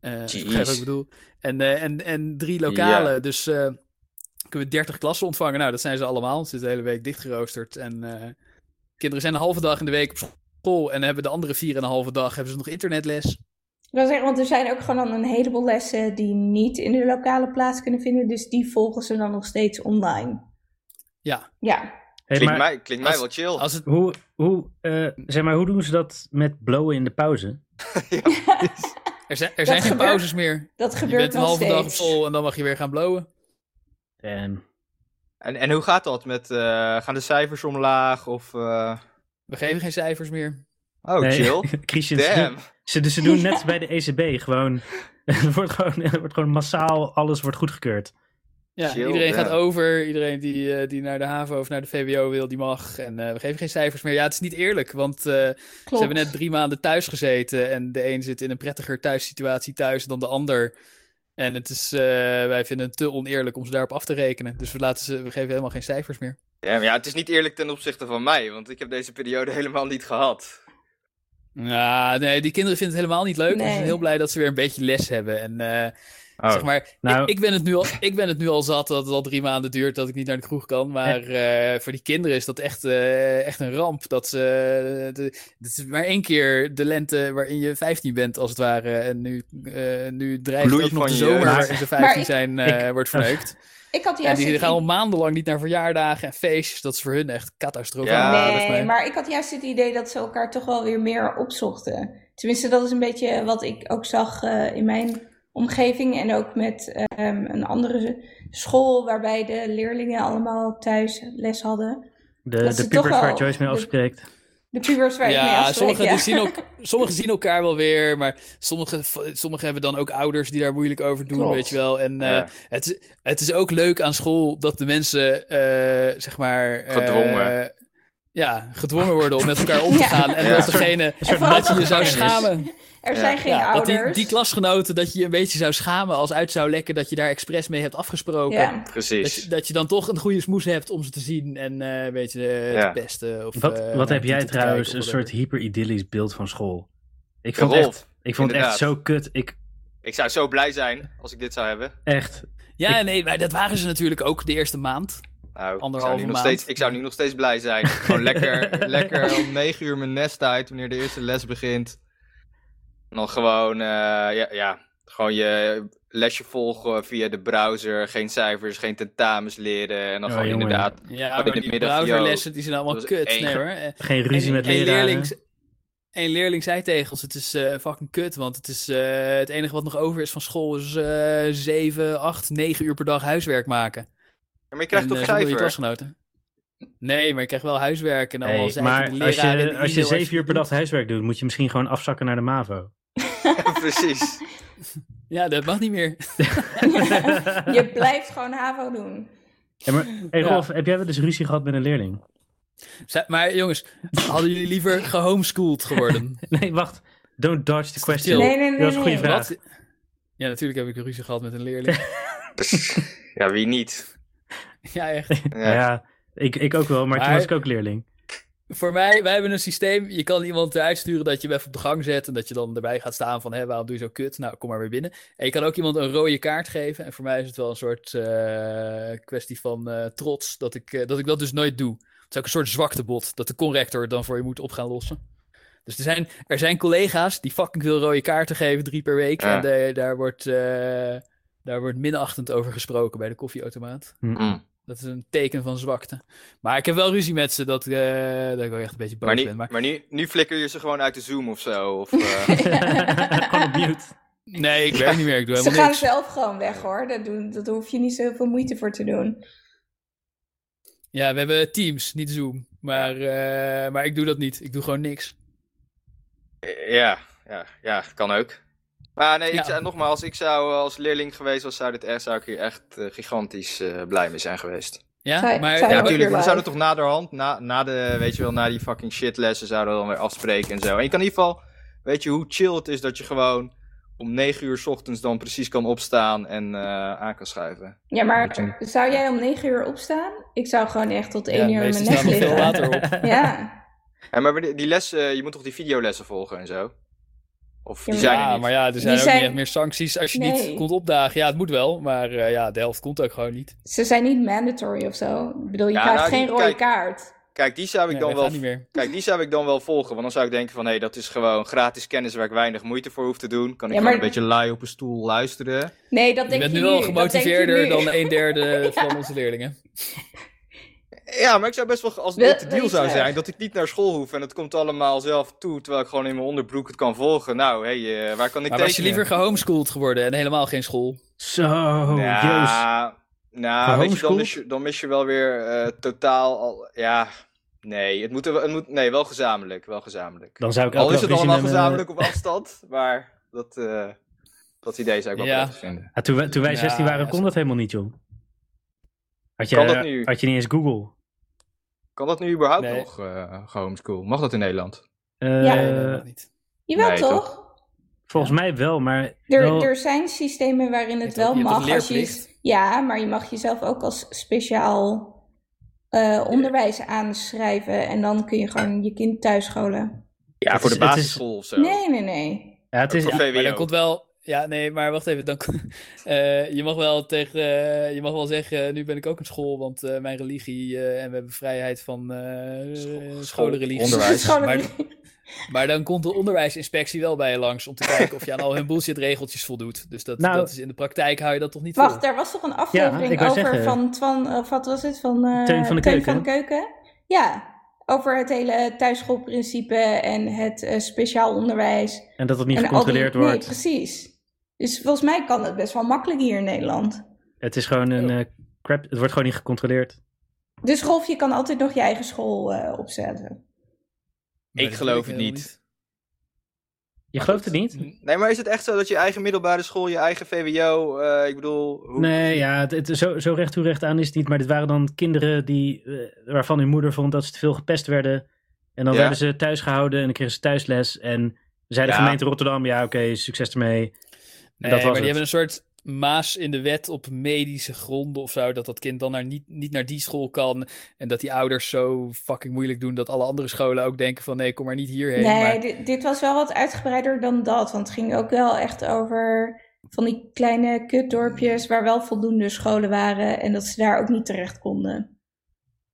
Eh, als je Jeez. begrijpt wat ik bedoel. En, eh, en, en drie lokalen, dus eh, kunnen we 30 klassen ontvangen. Nou, dat zijn ze allemaal. Ze zitten de hele week dichtgeroosterd. En eh, kinderen zijn een halve dag in de week op school. En hebben de andere vier en een halve dag hebben ze nog internetles. Ik wil zeggen, want er zijn ook gewoon dan een heleboel lessen die niet in de lokale plaats kunnen vinden. Dus die volgen ze dan nog steeds online. Ja. Ja. Hey, klinkt maar mij, klinkt mij wel chill. Als het, Hoe, hoe, eh, zeg maar, hoe doen ze dat met blowen in de pauze? er zijn, er zijn geen gebeurt- pauzes meer. Dat Je gebeurt bent een nog halve steeds. dag op school en dan mag je weer gaan blowen. Damn. En, en hoe gaat dat? Met, eh, gaan de cijfers omlaag? Of, eh, We geven geen cijfers meer. Oh, Nee, chill. Christian, ze Damn. doen, ze, dus ze doen net als bij de ECB gewoon... Er wordt gewoon, er wordt gewoon massaal, alles wordt goedgekeurd. Ja, Chill, iedereen ja. gaat over. Iedereen die, eh, die naar de haven of naar de VWO wil, die mag. En eh, we geven geen cijfers meer. Ja, het is niet eerlijk, want eh, Klopt. Ze hebben net drie maanden thuis gezeten en de een zit in een prettiger thuissituatie thuis dan de ander. En het is, eh, wij vinden het te oneerlijk om ze daarop af te rekenen. Dus we, laten ze, we geven helemaal geen cijfers meer. Damn, ja, het is niet eerlijk ten opzichte van mij, want ik heb deze periode helemaal niet gehad. Ja, nee, die kinderen vinden het helemaal niet leuk. maar Ze zijn Nee. heel blij dat ze weer een beetje les hebben. En eh, Oh. zeg maar, Nou- ik, ik ben het nu al, ik ben het nu al zat dat het al drie maanden duurt dat ik niet naar de kroeg kan. Maar eh, voor die kinderen is dat echt, eh, echt een ramp. Dat ze, eh, de- het is maar één keer de lente waarin je 15 bent, als het ware. En nu, eh nu dreigt Bloei ook nog van de je- zomer Maar- waarin ze 15 ik- zijn, eh, ik- wordt verneukt. Ik had En juist die het gaan al maandenlang niet naar verjaardagen en feestjes. Dat is voor hun echt catastrofaal. Ja, volgens nee, mij. maar ik had juist het idee dat ze elkaar toch wel weer meer opzochten. Tenminste, dat is een beetje wat ik ook zag eh, in mijn omgeving. En ook met ehm, een andere school waarbij de leerlingen allemaal thuis les hadden. De, Dat ze de toch pubers waar wel- Joyce mee de- afspreekt. De pubers waar ik mee Ja, afspreek, sommigen, ja. die zien elk- sommigen zien elkaar wel weer, maar sommigen, sommigen hebben dan ook ouders die daar moeilijk over doen, Klopt. weet je wel. En eh, Ja. het, is- het is ook leuk aan school dat de mensen, eh, zeg maar... eh, Gedwongen. ja, gedwongen worden om met elkaar om te Ja. gaan. En Ja. dat degene Een soort vooral dat je je zou gevangenis. schamen. Er Ja. zijn geen Ja, dat ouders. die, die klasgenoten, dat je je een beetje zou schamen als uit zou lekken dat je daar expres mee hebt afgesproken. ja. Dat, je, Precies. dat je dan toch een goede smoes hebt om ze te zien en eh, een beetje eh, Ja. te pesten. Of, Wat, eh, wat naar heb toe te jij kijken trouwens of een whatever. soort hyper-idyllisch beeld van school? Ik Ja, vond, Rolf, echt, ik vond het echt zo inderdaad. kut. Ik, Ik zou zo blij zijn als ik dit zou hebben. echt, Ja, nee, maar dat waren ze natuurlijk ook de eerste maand. Nou, ik zou, Anderhalve nu nog maand. steeds, ik zou nu nog steeds blij zijn. Gewoon lekker, lekker om negen uur mijn nest uit wanneer de eerste les begint. En dan gewoon, eh, ja, ja, gewoon je lesje volgen via de browser. Geen cijfers, geen tentamens leren. En dan Oh, gewoon jongen. inderdaad. Ja, Oh, maar in de die middag, browserlessen die zijn allemaal Dat was kut. één. Nee hoor. Eh, geen ruzie en- met en leraren. leerling z- Een leerling zei tegen ons, het is eh, fucking kut, want het, is, eh, het enige wat nog over is van school is eh 7, 8, 9 uur per dag huiswerk maken. Ja, maar je krijgt en, toch eh, zonder je cijfer? klasgenoten. Nee, maar je krijgt wel huiswerk nou, en allemaal Hey, zei maar tegen de als leraar in de je, als je e-mail zeven uur per doet. dag huiswerk doet, moet je misschien gewoon afzakken naar de MAVO. Precies. Ja, dat mag niet meer. Je blijft gewoon HAVO doen. Hey, maar, hey Rolf, heb jij wel eens ruzie gehad met een leerling? Zij- maar jongens, hadden jullie liever gehomeschoold geworden? Nee, wacht. Don't dodge the question. chill. Nee, nee, nee, dat is een goede nee. vraag. Wat? Ja, natuurlijk heb ik een ruzie gehad met een leerling. Ja, wie niet? ja, echt. Ja, Ja. ik, ik ook wel, maar, toen Maar- was ik ook leerling. Voor mij, wij hebben een systeem. Je kan iemand eruit sturen dat je hem even op de gang zet. En dat je dan erbij gaat staan van, hé, waarom doe je zo kut? Nou, kom maar weer binnen. En je kan ook iemand een rode kaart geven. En voor mij is het wel een soort eh, kwestie van eh, trots dat ik, eh, dat ik dat dus nooit doe. Het is ook een soort zwaktebod dat de corrector het dan voor je moet op gaan lossen. Dus er zijn, er zijn collega's die fucking veel rode kaarten geven, drie per week. Ja. En eh, daar, wordt, eh, daar wordt minachtend over gesproken bij de koffieautomaat. Mm. Dat is een teken van zwakte. Maar ik heb wel ruzie met ze dat, eh, dat ik wel echt een beetje boos Maar, nu, ben. Maar... maar nu, nu flikker je ze gewoon uit de Zoom of zo. Of, eh, Gewoon op mute. Nee, ik werk niet meer. Ik doe Ze helemaal gaan niks. zelf gewoon weg hoor. Daar doen- Daar hoef je niet zoveel moeite voor te doen. Ja, we hebben Teams, niet Zoom. Maar, eh, maar ik doe dat niet. Ik doe gewoon niks. ja, ja, ja, kan ook. Maar nee, ik Ja. zou- nogmaals, ik zou eh, als leerling geweest was, zou, dit echt, zou ik hier echt eh, gigantisch eh, blij mee zijn geweest. Ja, Zij- maar zij Ja, Ja, ook natuurlijk. weer We live. zouden toch naderhand, na, na de, weet je wel, na die fucking shitlessen zouden we dan weer afspreken en zo. En je kan in ieder geval, weet je hoe chill het is dat je gewoon om 9 uur 's ochtends dan precies kan opstaan en eh, aan kan schuiven. Ja, Weet je maar niet. zou jij om negen uur opstaan? Ik zou gewoon echt tot één uur in mijn meestal nek staan we veel liggen. later op. Ja. En maar die, die lessen, je moet toch die videolessen volgen en zo? Of Ja, die zijn er Ja, niet? maar ja, er zijn ook zijn- niet echt meer sancties als je Nee. niet komt opdagen. Ja, het moet wel. Maar eh, ja, de helft komt ook gewoon niet. Ze zijn niet mandatory of zo. Ik bedoel, je Ja, krijgt nou, die- geen rode kijk. kaart. Kijk, die zou ik Nee, dan wij wel gaan niet meer. Kijk, die zou ik dan wel volgen. Want dan zou ik denken van, hé, dat is gewoon gratis kennis waar ik weinig moeite voor hoef te doen. Kan ik Ja, maar- gewoon een beetje laai op een stoel luisteren. Nee, dat Je denk bent je nu wel dat denk je gemotiveerder nu. dan een derde van onze leerlingen. Ja, maar ik zou best wel, als Wil- dit de wil deal je zou terug? zijn, dat ik niet naar school hoef en het komt allemaal zelf toe, terwijl ik gewoon in mijn onderbroek het kan volgen. Nou, hé, hey, waar kan ik Maar was je tekenen? liever gehomeschoold geworden en helemaal geen school? Zo, Oh, Joost. ja, nou, weet je, dan Gehomeschoold? mis je, dan mis je wel weer eh, totaal al, ja, nee, het moet, er wel- het moet, nee, wel gezamenlijk, wel gezamenlijk. Dan zou ik Al elke eh, is dag het ruzie allemaal eh, met mijn- gezamenlijk op afstand, maar dat, eh, dat idee zou ik wel Ja. prettig vinden. Ja, Ah, toen wij, toen wij Ja, 16 waren, ja, kon zo. dat helemaal niet, joh. Had je, Kan dat nu? Had je niet eens Google? Kan dat nu überhaupt Nee. nog, eh homeschool? Mag dat in Nederland? Eh, Ja. Nee, nee, dat niet. Jawel Nee, toch? Volgens mij wel, maar Er, wel- er zijn systemen waarin het Je hebt wel toch- je hebt mag. toch Als je, leerplicht? ja, maar je mag jezelf ook als speciaal eh, onderwijs aanschrijven. En dan kun je gewoon je kind thuisscholen. Ja, Het voor is- de het is- basisschool of zo. Nee, nee, nee. ja, het is, Voor Maar VWO. dan komt wel. Ja, nee, maar wacht even. Dan, kom- eh, je, mag wel tegen, eh, je mag wel zeggen: nu ben ik ook een school, want eh, mijn religie eh, en we hebben vrijheid van eh scholenreligie. onderwijs. Scholen- Maar, maar dan komt de onderwijsinspectie wel bij je langs om te kijken of je aan al hun bullshit-regeltjes voldoet. Dus dat, Nou- dat is in de praktijk hou je dat toch niet Wacht, vol. daar was toch een ik aflevering wou over zeggen. van Twan, of wat was het? Van eh, Teun van de Keuken. Keuken? Ja, over het hele thuisschoolprincipe en het eh, speciaal onderwijs. en dat het niet en al die- gecontroleerd Nee, wordt. precies. Dus volgens mij kan het best wel makkelijk hier in Nederland. Het is gewoon een eh, crap. Het wordt gewoon niet gecontroleerd. Dus Rolf, je kan altijd nog je eigen school eh, opzetten. Maar Ik dat geloof wil het helemaal niet. Je gelooft het niet? Nee, maar is het echt zo dat je eigen middelbare school, je eigen VWO, eh, ik bedoel... Hoe... Nee, ja, het, het- zo, zo recht toe recht aan is het niet. Maar dit waren dan kinderen die, eh, waarvan hun moeder vond dat ze te veel gepest werden. En dan Ja. werden ze thuis gehouden en dan kregen ze thuisles. En zei de Ja. gemeente Rotterdam, ja oké, succes ermee. Nee, En dat maar was die het. hebben een soort maas in de wet op medische gronden of zo. Dat dat kind dan naar niet, niet naar die school kan. En dat die ouders zo fucking moeilijk doen dat alle andere scholen ook denken van nee, kom maar niet hierheen. nee, maar, dit, dit was wel wat uitgebreider dan dat. Want het ging ook wel echt over van die kleine kutdorpjes waar wel voldoende scholen waren. En dat ze daar ook niet terecht konden.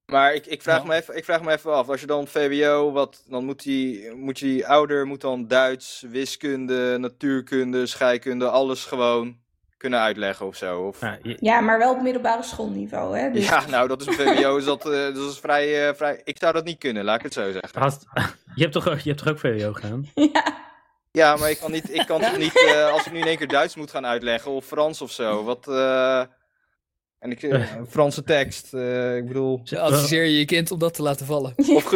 Maar ik, ik, vraag Ja. me even, ik vraag me even af, als je dan VWO, wat, dan moet die, moet die ouder moet dan Duits, wiskunde, natuurkunde, scheikunde, alles gewoon kunnen uitleggen of zo? Of... Nou, je- Ja, maar wel op middelbare schoolniveau. Hè? Dus Ja, nou, dat is een VWO, is dat, eh, dat is vrij, eh, vrij... Ik zou dat niet kunnen, laat ik het zo zeggen. had- je, hebt toch, ook- je hebt toch ook VWO gedaan? Ja, maar ik kan, niet, ik kan toch niet, eh, als ik nu in één keer Duits moet gaan uitleggen, of Frans of zo, wat... eh, En ik, eh, Franse tekst, eh, ik bedoel... Ze adviseer je je kind om dat te laten vallen. Ja,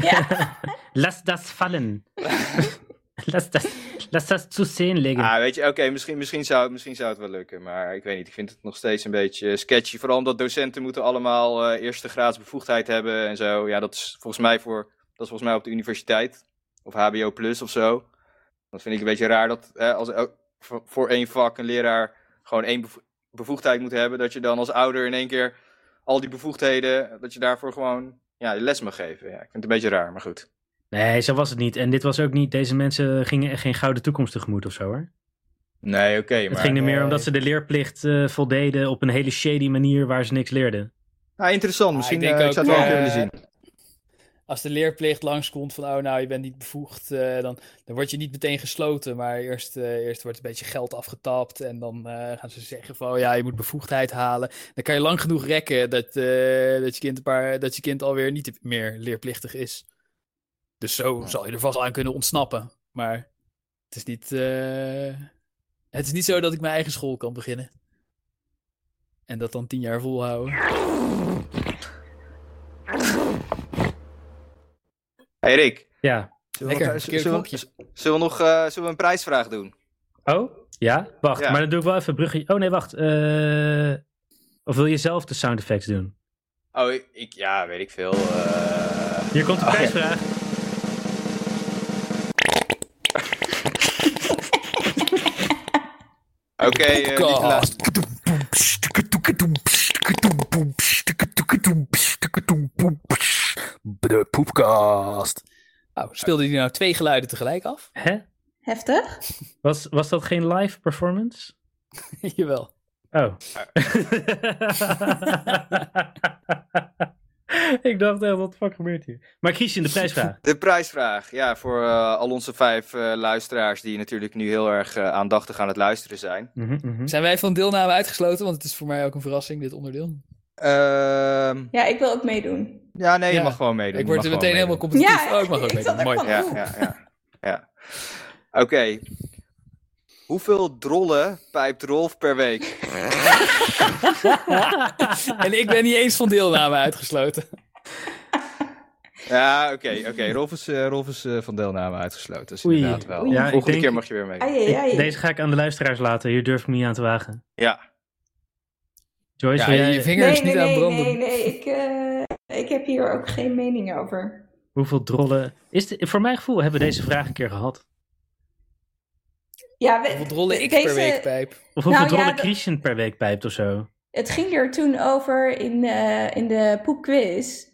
ja. Laat dat vallen. Laat dat, Laat dat zo zien liggen. Ah, weet je, oké, misschien, misschien, zou, misschien zou het wel lukken. Maar ik weet niet, ik vind het nog steeds een beetje sketchy. Vooral omdat docenten moeten allemaal eh, eerste graads bevoegdheid hebben en zo. Ja, dat is volgens mij voor, dat is volgens mij op de universiteit. Of HBO plus of zo. Dat vind ik een beetje raar dat hè, als el- voor- voor één vak een leraar gewoon één bevo- bevoegdheid moet hebben. Dat je dan als ouder in één keer al die bevoegdheden, dat je daarvoor gewoon ja, les mag geven. Ja, ik vind het een beetje raar, maar goed. Nee, zo was het niet. En dit was ook niet, deze mensen gingen echt geen gouden toekomst tegemoet of zo hoor. Nee, oké. maar... het ging er meer nee. om dat ze de leerplicht eh, voldeden op een hele shady manier waar ze niks leerden. Nou, interessant. Ah, Misschien ik denk eh, ik ook, zou het wel eh, kunnen zien. Als de leerplicht langskomt van, oh nou, je bent niet bevoegd, eh, dan, dan word je niet meteen gesloten. Maar eerst, eh, eerst wordt een beetje geld afgetapt en dan eh, gaan ze zeggen van, oh ja, je moet bevoegdheid halen. Dan kan je lang genoeg rekken dat, eh, dat, je, kind een paar, dat je kind alweer niet meer leerplichtig is. Dus zo zal je er vast aan kunnen ontsnappen. Maar het is niet, eh, het is niet zo dat ik mijn eigen school kan beginnen. En dat dan tien jaar volhouden. Hey Rick, Ja. zullen we, Lekker, nog- verkeerd zullen we- zullen we nog eh, zullen we een prijsvraag doen? Oh? Ja? Wacht, Ja. maar dan doe ik wel even een brugje. Oh nee, wacht. Eh, of wil je zelf de sound effects doen? Oh, ik, ik- ja, weet ik veel. eh. Hier komt de Oh, ja. prijsvraag. Oké, eh, lieve luisteraars. De poepkast. Oh, speelde hij nou twee geluiden tegelijk af? Hè? Heftig? Was, was dat geen live performance? Jawel. Oh. ik dacht echt, wat de fuck gebeurt hier? Maar Christian, de prijsvraag. De prijsvraag, ja, voor eh, al onze vijf eh, luisteraars die natuurlijk nu heel erg eh, aandachtig aan het luisteren zijn. Mhm, mhm. Zijn wij van deelname uitgesloten? Want het is voor mij ook een verrassing, dit onderdeel. Ehm, Ja, ik wil ook meteen ja, nee, Ja. je mag gewoon meedoen. ik je word mag er gewoon meteen helemaal meedoen. competitief. Ja, oh, ik mag ook ik meedoen. zat ook Mooi. van- Ja. Ja, ja, ja. ja. Oké. Hoeveel drollen pijpt Rolf per week? En ik ben niet eens van deelname uitgesloten. Ja, oké, oké. Rolf is, eh, Rolf is eh, van deelname uitgesloten. Dus Oei. inderdaad wel. Oei. Ja, ik Volgende denk- Ah, keer mag je weer mee. Ai, ai, ai. Deze ga ik aan de luisteraars laten. Hier durf ik me niet aan te wagen. Ja. Joyce, Ja, wil jij- je vinger is nee, nee, dus niet aan nee, het branden. Nee, nee, ik, eh, ik heb hier ook geen mening over. hoeveel drollen... Is dit- voor mijn gevoel hebben we deze vraag een keer gehad. Ja, we- Hoeveel drollen ik per deze- week pijp? Of hoeveel Nou, ja, drollen dat- Christian per week pijpt of zo. Het ging er toen over in, eh, in de poepquiz.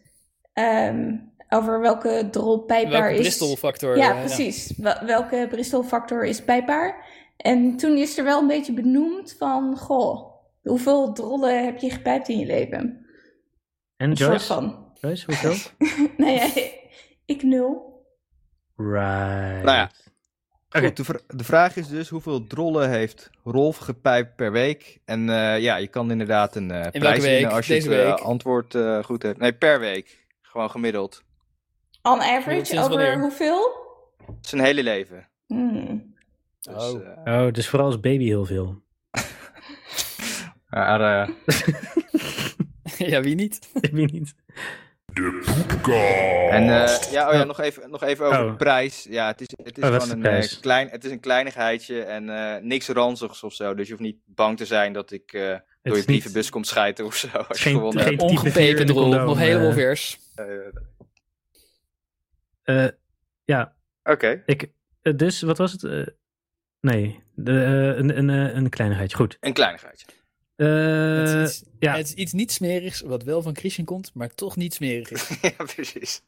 ehm, over welke drol pijpbaar Welke is. Bristol-factor? Ja, eh, precies. Wel- welke Bristol-factor is pijpbaar? En toen is er wel een beetje benoemd van... Goh, hoeveel drollen heb je gepijpt in je leven? En Een soort Joyce? van. Joyce, hoeveel? nee, ik- ik nul. Right. Nou ja. Oké. Goed, de, vra- de vraag is dus hoeveel drollen heeft Rolf gepijpt per week? En eh, ja, je kan inderdaad een eh, prijs week? winnen als je Deze het eh, week? antwoord eh, goed hebt. Nee, per week. Gewoon gemiddeld. On Nul average, sinds over wanneer? hoeveel? Zijn hele leven. Hmm. Dus, Oh. eh, Oh, dus vooral als baby heel veel. maar, eh, ja, wie niet? Ik weet niet. De poepkast. en eh, ja, oh ja, nog even, nog even over Oh. de prijs. Ja, het is, het is Oh, wat is gewoon de een, prijs? eh, klein, het is een kleinigheidje en eh, niks ranzigs of zo. Dus je hoeft niet bang te zijn dat ik eh, is door je niet- brievenbus kom schijten of zo. Als je geen- gewonnen geen- hebt. type vier in Ongepepen de drol, condoom, nog helemaal eh. vers. Eh, Eh, Oké. ik, eh, dus, wat was het? Eh, nee, de, eh, een, een, eh, een kleinigheidje. Goed. Een kleinigheidje. Het Eh, is iets- ja. Het is iets niet smerigs, wat wel van Christian komt, maar toch niet smerig is. ja, precies.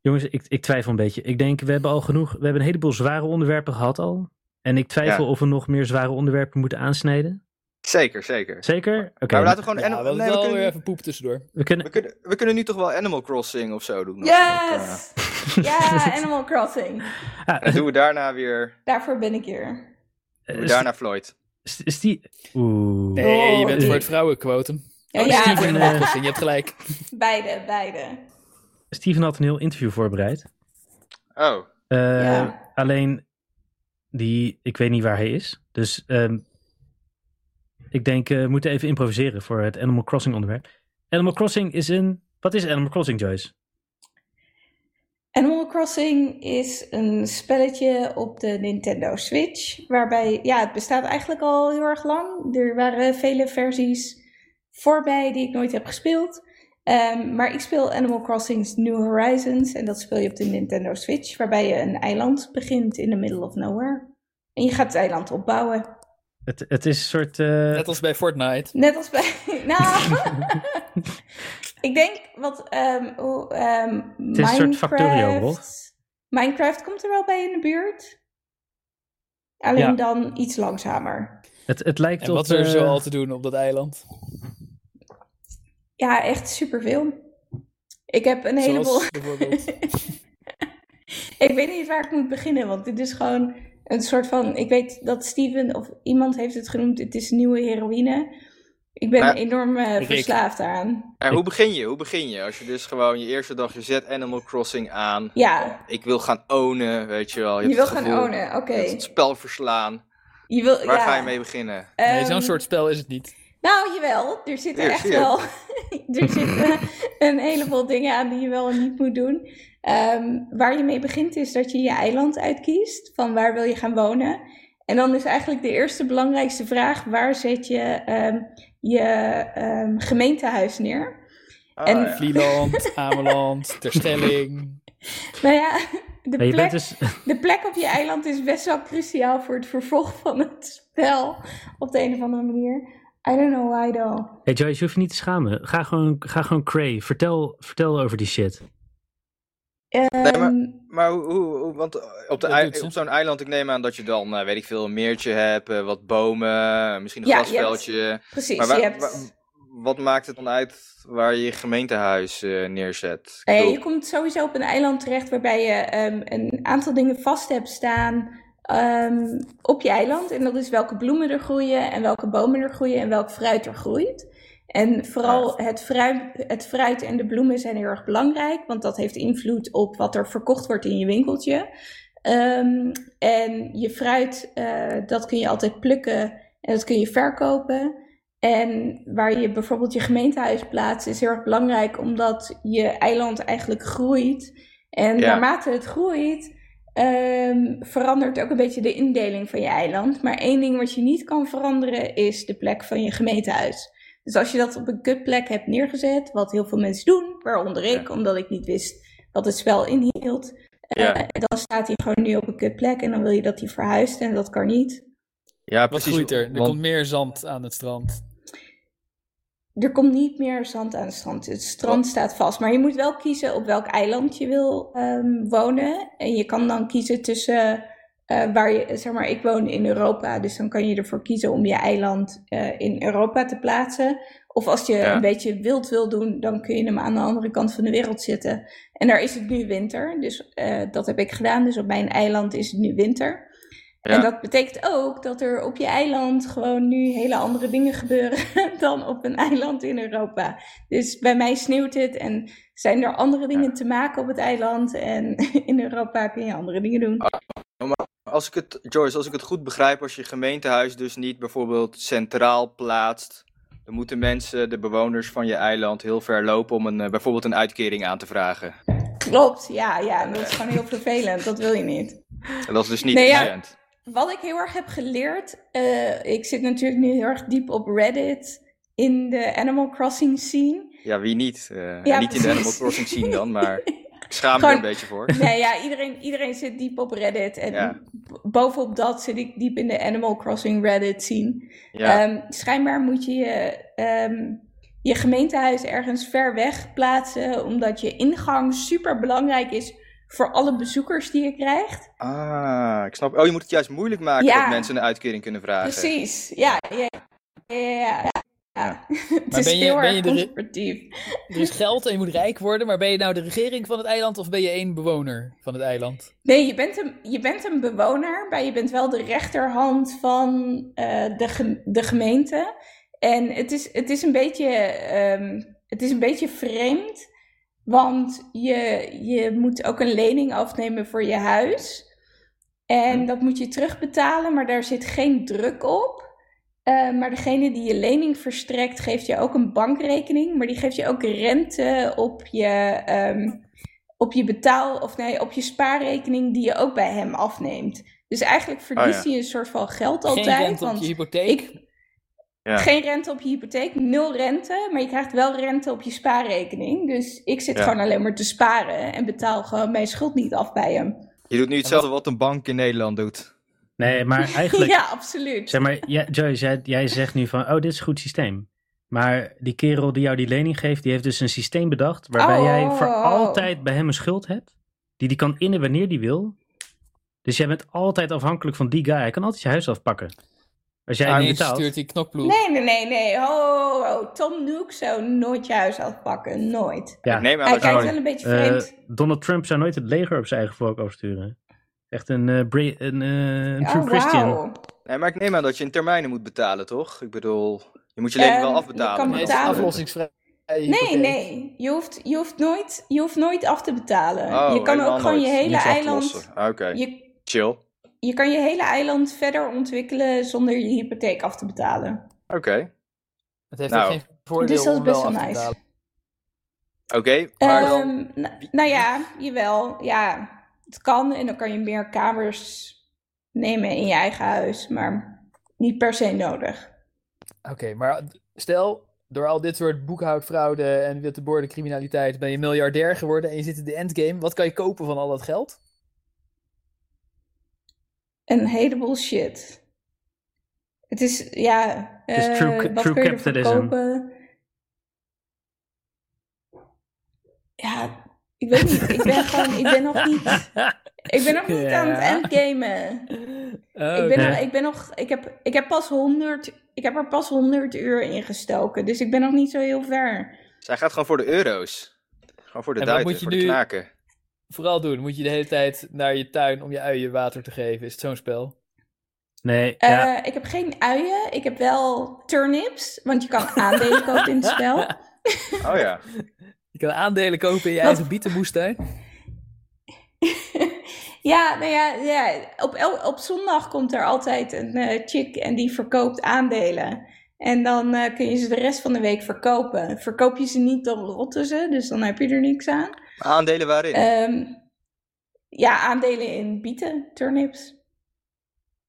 jongens, ik, ik twijfel een beetje. Ik denk, we hebben al genoeg... We hebben een heleboel zware onderwerpen gehad al. En ik twijfel Ja. of we nog meer zware onderwerpen moeten aansnijden. Zeker, zeker. Zeker? Oké. maar we Nou, laten gewoon... Ja, anim- wel, Oh, nee, we wel kunnen- weer even poep tussendoor. we kunnen... We kunnen, we kunnen nu toch wel Animal Crossing of zo doen? als we dat, eh, Yes! Ja, Animal Crossing. Ah, dan doen we daarna weer... Daarvoor ben ik hier. eh, doen we is- daarna Floyd. Is, is die... Oeh. Nee, je bent eh. voor Eh, het vrouwenquotum. Ja, Oh, ja, Steven en inderdaad. Marcus, en je hebt gelijk. beide, beide. Steven had een heel interview voorbereid. Oh, Eh, Ja. Alleen, die, ik weet niet waar hij is. Dus ehm, ik denk, eh, we moeten even improviseren voor het Animal Crossing onderwerp. Animal Crossing is een... Wat is Animal Crossing, Joyce? Animal Crossing is een spelletje op de Nintendo Switch. Waarbij, ja, het bestaat eigenlijk al heel erg lang. Er waren vele versies voorbij die ik nooit heb gespeeld. Ehm, maar ik speel Animal Crossing's New Horizons. En dat speel je op de Nintendo Switch. Waarbij je een eiland begint in the middle of nowhere. En je gaat het eiland opbouwen. Het, het is een soort... eh, Net als bij Fortnite. Net als bij. Nou. ik denk wat. ehm, hoe, ehm, is een soort Factorio, Minecraft. hoor. Minecraft komt er wel bij in de buurt. Alleen Ja. dan iets langzamer. het, het lijkt En op... wat is er eh, zo al te doen op dat eiland? Ja, echt superveel. Ik heb een heleboel. Zoals bijvoorbeeld... Ik weet niet waar ik moet beginnen, want dit is gewoon een soort van. Ik weet dat Steven of iemand heeft het genoemd. Het is nieuwe heroïne. Ik ben Maar- enorm eh, verslaafd daaraan. En hoe begin je? Hoe begin je? Als je dus gewoon je eerste dag, je zet Animal Crossing aan. Ja, Ik wil gaan ownen, weet je wel. je, hebt wil Oh, het gaan gevoel, ownen. Oké. je hebt Het spel verslaan. Je wil. Waar ja. ga je mee beginnen? Nee, zo'n Ehm, soort spel is het niet. Nou, jawel. Er zitten Ja, echt zie je. wel... er zitten een heleboel dingen aan die je wel en niet moet doen. Ehm, waar je mee begint is dat je je eiland uitkiest. Van waar wil je gaan wonen? En dan is eigenlijk de eerste belangrijkste vraag... waar zet je ehm, je ehm, gemeentehuis neer? Ah, En- ja. Vlieland, Ameland, Terstelling. Nou ja, de ja, je plek... bent dus... De plek op je eiland is best wel cruciaal voor het vervolg van het spel. Op de een of andere manier. I don't know why though. Hey Joyce, je hoeft je niet te schamen. Ga gewoon, ga gewoon cray. Vertel, vertel over die shit. Nee, maar- Ehm, Maar hoe, hoe- hoe- want eh, op, de Dat ei- doet ze. op zo'n eiland, ik neem aan dat je dan, eh, weet ik veel, een meertje hebt, eh, wat bomen, misschien een Ja, je grasveldje. Precies, Maar waar- Dus je hebt... waar- wat maakt het dan uit waar je je gemeentehuis eh, neerzet? Ik Nou ja, bedoel, je komt sowieso op een eiland terecht waarbij je ehm, een aantal dingen vast hebt staan ehm, op je eiland. En dat is welke bloemen er groeien en welke bomen er groeien en welk fruit er groeit. En vooral het fruit, het fruit en de bloemen zijn heel erg belangrijk, want dat heeft invloed op wat er verkocht wordt in je winkeltje. Ehm, en je fruit, eh, dat kun je altijd plukken en dat kun je verkopen. En waar je bijvoorbeeld je gemeentehuis plaatst, is heel erg belangrijk omdat je eiland eigenlijk groeit. En Ja. naarmate het groeit, ehm, verandert ook een beetje de indeling van je eiland. Maar één ding wat je niet kan veranderen is de plek van je gemeentehuis. Dus als je dat op een kutplek hebt neergezet, wat heel veel mensen doen, waaronder ik, omdat ik niet wist wat het spel inhield, ja. eh, dan staat hij gewoon nu op een kutplek en dan wil je dat hij verhuist en dat kan niet. ja, Wat precies. groeit er? Er want- komt meer zand aan het strand. Er komt niet meer zand aan het strand. Het strand staat vast. Maar je moet wel kiezen op welk eiland je wil ehm, wonen. En je kan dan kiezen tussen eh, waar je, zeg maar, ik woon in Europa. Dus dan kan je ervoor kiezen om je eiland eh, in Europa te plaatsen. Of als je Ja. een beetje wild wil doen, dan kun je hem aan de andere kant van de wereld zetten. En daar is het nu winter. Dus eh, dat heb ik gedaan. Dus op mijn eiland is het nu winter. Ja. En dat betekent ook dat er op je eiland gewoon nu hele andere dingen gebeuren dan op een eiland in Europa. Dus bij mij sneeuwt het en zijn er andere dingen te maken op het eiland. En in Europa kun je andere dingen doen. Als ik het, Joyce, als ik het goed begrijp, als je gemeentehuis dus niet bijvoorbeeld centraal plaatst, dan moeten mensen, de bewoners van je eiland, heel ver lopen om een, eh, bijvoorbeeld een uitkering aan te vragen. Klopt, ja, ja. Dat is gewoon heel vervelend. Dat wil je niet. En dat is dus niet Nee, ja. efficiënt. Wat ik heel erg heb geleerd, eh, ik zit natuurlijk nu heel erg diep op Reddit in de Animal Crossing scene. Ja, wie niet? Eh, Ja, niet in de Animal precies. Crossing zien dan, maar ik schaam me er Gewoon- een beetje voor. Nee, ja, iedereen, iedereen zit diep op Reddit. En Ja. b- bovenop dat zit ik diep in de Animal Crossing Reddit scene. Ja. Ehm, schijnbaar moet je je, ehm, je gemeentehuis ergens ver weg plaatsen, omdat je ingang super belangrijk is voor alle bezoekers die je krijgt. Ah, ik snap. Oh, je moet het juist moeilijk maken Ja. dat mensen een uitkering kunnen vragen. Precies, ja, ja, ja. ja, ja. Ja. Het Maar is ben je- heel ben erg je de- conservatief. Er is geld en je moet rijk worden, maar ben je nou de regering van het eiland of ben je één bewoner van het eiland? Nee, je bent, een, je bent een bewoner, maar je bent wel de rechterhand van eh, de, gem- de gemeente. En het is, het is, een, beetje, ehm, het is een beetje vreemd, want je, je moet ook een lening afnemen voor je huis. Hm. En dat moet je terugbetalen, maar daar zit geen druk op. Eh, maar degene die je lening verstrekt, geeft je ook een bankrekening, maar die geeft je ook rente op je, ehm, op je betaal, of nee, op je spaarrekening die je ook bij hem afneemt. Dus eigenlijk verliest ja. hij een soort van geld Ah, Geen altijd. rente op want je hypotheek. ik- Ja. Geen rente op je hypotheek, nul rente, maar je krijgt wel rente op je spaarrekening. Dus ik zit Ja. gewoon alleen maar te sparen en betaal gewoon mijn schuld niet af bij hem. Je doet nu hetzelfde wat een bank in Nederland doet. Nee, maar eigenlijk, Ja, absoluut. zeg maar, ja, Joyce, jij, jij zegt nu van, oh, dit is een goed systeem. Maar die kerel die jou die lening geeft, die heeft dus een systeem bedacht waarbij Oh. jij voor altijd bij hem een schuld hebt, die die kan innen wanneer die wil. Dus jij bent altijd afhankelijk van die guy. Hij kan altijd je huis afpakken. Als jij En niet ineens betaalt. stuurt die knokploeg. Nee, nee, nee, nee. Ho, ho, ho. Tom Nook zou nooit je huis afpakken. Nooit. Ja. Ik neem aan Hij dat kijkt jou- wel een beetje Eh, vreemd. Donald Trump zou nooit het leger op zijn eigen volk afsturen. Echt een, eh, Bra- een, eh, een true oh, Christian. wauw. Nee, maar ik neem aan dat je in termijnen moet betalen, toch? Ik bedoel, je moet je lening Ehm, wel je afbetalen. kan maar Nee, dat het is betalen. aflossingsvrij. Nee, nee. Je hoeft, je, hoeft nooit, je hoeft nooit af te betalen. Oh, je kan helemaal ook gewoon nooit. je hele Niets af te eiland... lossen. Oké, Je, chill. Oké. je kan je hele eiland verder ontwikkelen zonder je hypotheek af te betalen. Het heeft Nou. ook geen voordeel Dus dat is om wel best wel af te nice. betalen. Oké, maar dan... Ehm, na- nou ja, jawel. Ja, het kan en dan kan je meer kamers nemen in je eigen huis. Maar niet per se nodig. Oké, maar stel, door al dit soort boekhoudfraude en witte criminaliteit ben je miljardair geworden en je zit in de endgame. Wat kan je kopen van al dat geld? een heleboel shit. Het is, ja, is eh, true ca- wat true kun je ervoor capitalism. kopen? Ja, ik weet niet. Ik ben gewoon, ik ben nog niet, ik ben nog niet aan het Ja. endgamen. ik, Eh, ben nog, ik ben nog, ik heb, ik heb pas 100, ik heb er pas 100 uur in gestoken. Dus ik ben nog niet zo heel ver. Zij gaat gewoon voor de euro's. Gewoon voor de En wat duiten, moet je voor de nu- knaken. Vooral doen. Moet je de hele tijd naar je tuin om je uien water te geven. Is het zo'n spel? Nee, Eh, ja, Ik heb geen uien. Ik heb wel turnips, want je kan aandelen kopen in het spel. Oh ja. Je kan aandelen kopen in je eigen bietenmoestuin. ja, nou ja, ja. Op, el- op zondag komt er altijd een eh, chick en die verkoopt aandelen. En dan eh, kun je ze de rest van de week verkopen. Verkoop je ze niet, dan rotten ze, dus dan heb je er niks aan. Aandelen waarin? Ehm, ja, aandelen in bieten, turnips.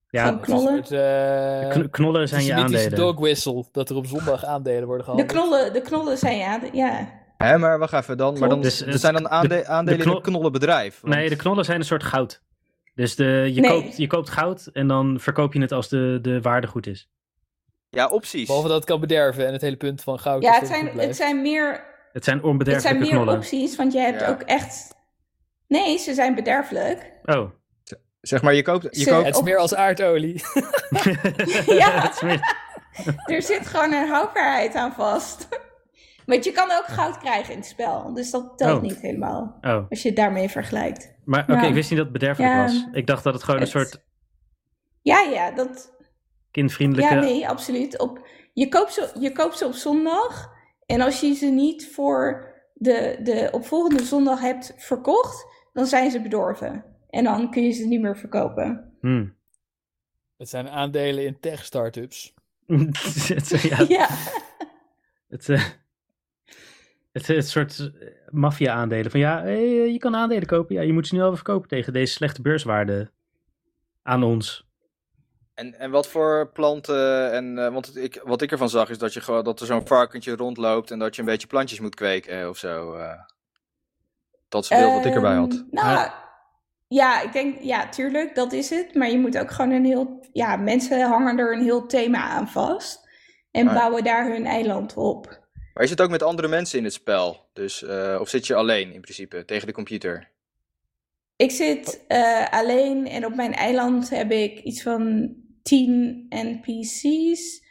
ja van knollen. Het, eh, kn- knollen zijn je antisemitische aandelen. dog whistle. Dat er op zondag aandelen worden De gehandeld. knollen, de knollen zijn ja, de- ja. Hé, maar wacht even dan. Maar dan Dus het- er zijn dan aande- de- de aandelen in knol- een knollenbedrijf. want- Nee, de knollen zijn een soort goud. Dus de, je, Nee. koopt, je koopt goud en dan verkoop je het als de, de waarde goed is. Ja, opties. Behalve dat het kan bederven en het hele punt van goud. ja is het, dat het zijn, goed blijft. het zijn meer, Het zijn het zijn onbederfelijke meer knollen. opties, want je hebt Ja. ook echt... Nee, ze zijn bederfelijk. Oh. Zeg maar, je koopt... Je Ze- koopt... Het is op- meer als aardolie. Ja. Het is meer- Er zit gewoon een houdbaarheid aan vast. Want je kan ook goud krijgen in het spel. Dus dat telt Oh. niet helemaal. Oh, Als je het daarmee vergelijkt. maar oké, Ja. ik wist niet dat het bederfelijk Ja. was. Ik dacht dat het gewoon Het- een soort Ja, ja, dat, kindvriendelijke... ja nee, absoluut. Op, je, koopt ze, je koopt ze op zondag. En als je ze niet voor de, de opvolgende zondag hebt verkocht, dan zijn ze bedorven. En dan kun je ze niet meer verkopen. Hmm. Het zijn aandelen in tech-startups. het, is- ja, Ja, het, eh, het is een soort eh, maffia-aandelen. Van ja, eh, je kan aandelen kopen. Ja, je moet ze nu al verkopen tegen deze slechte beurswaarde aan ons. En, en wat voor planten... En, eh, want het- ik, wat ik ervan zag is dat, je, gewoon- dat er zo'n varkentje rondloopt... en dat je een beetje plantjes moet kweken eh, of zo. eh. dat is het beeld wat ik erbij had. Ehm, Nou, ja, ik denk, ja, tuurlijk, dat is het. Maar je moet ook gewoon een heel, ja, mensen hangen er een heel thema aan vast. En Ah, ja. bouwen daar hun eiland op. Maar je zit ook met andere mensen in het spel. Dus, eh, of zit je alleen in principe, tegen de computer? Ik zit eh, alleen en op mijn eiland heb ik iets van 10 NPC's.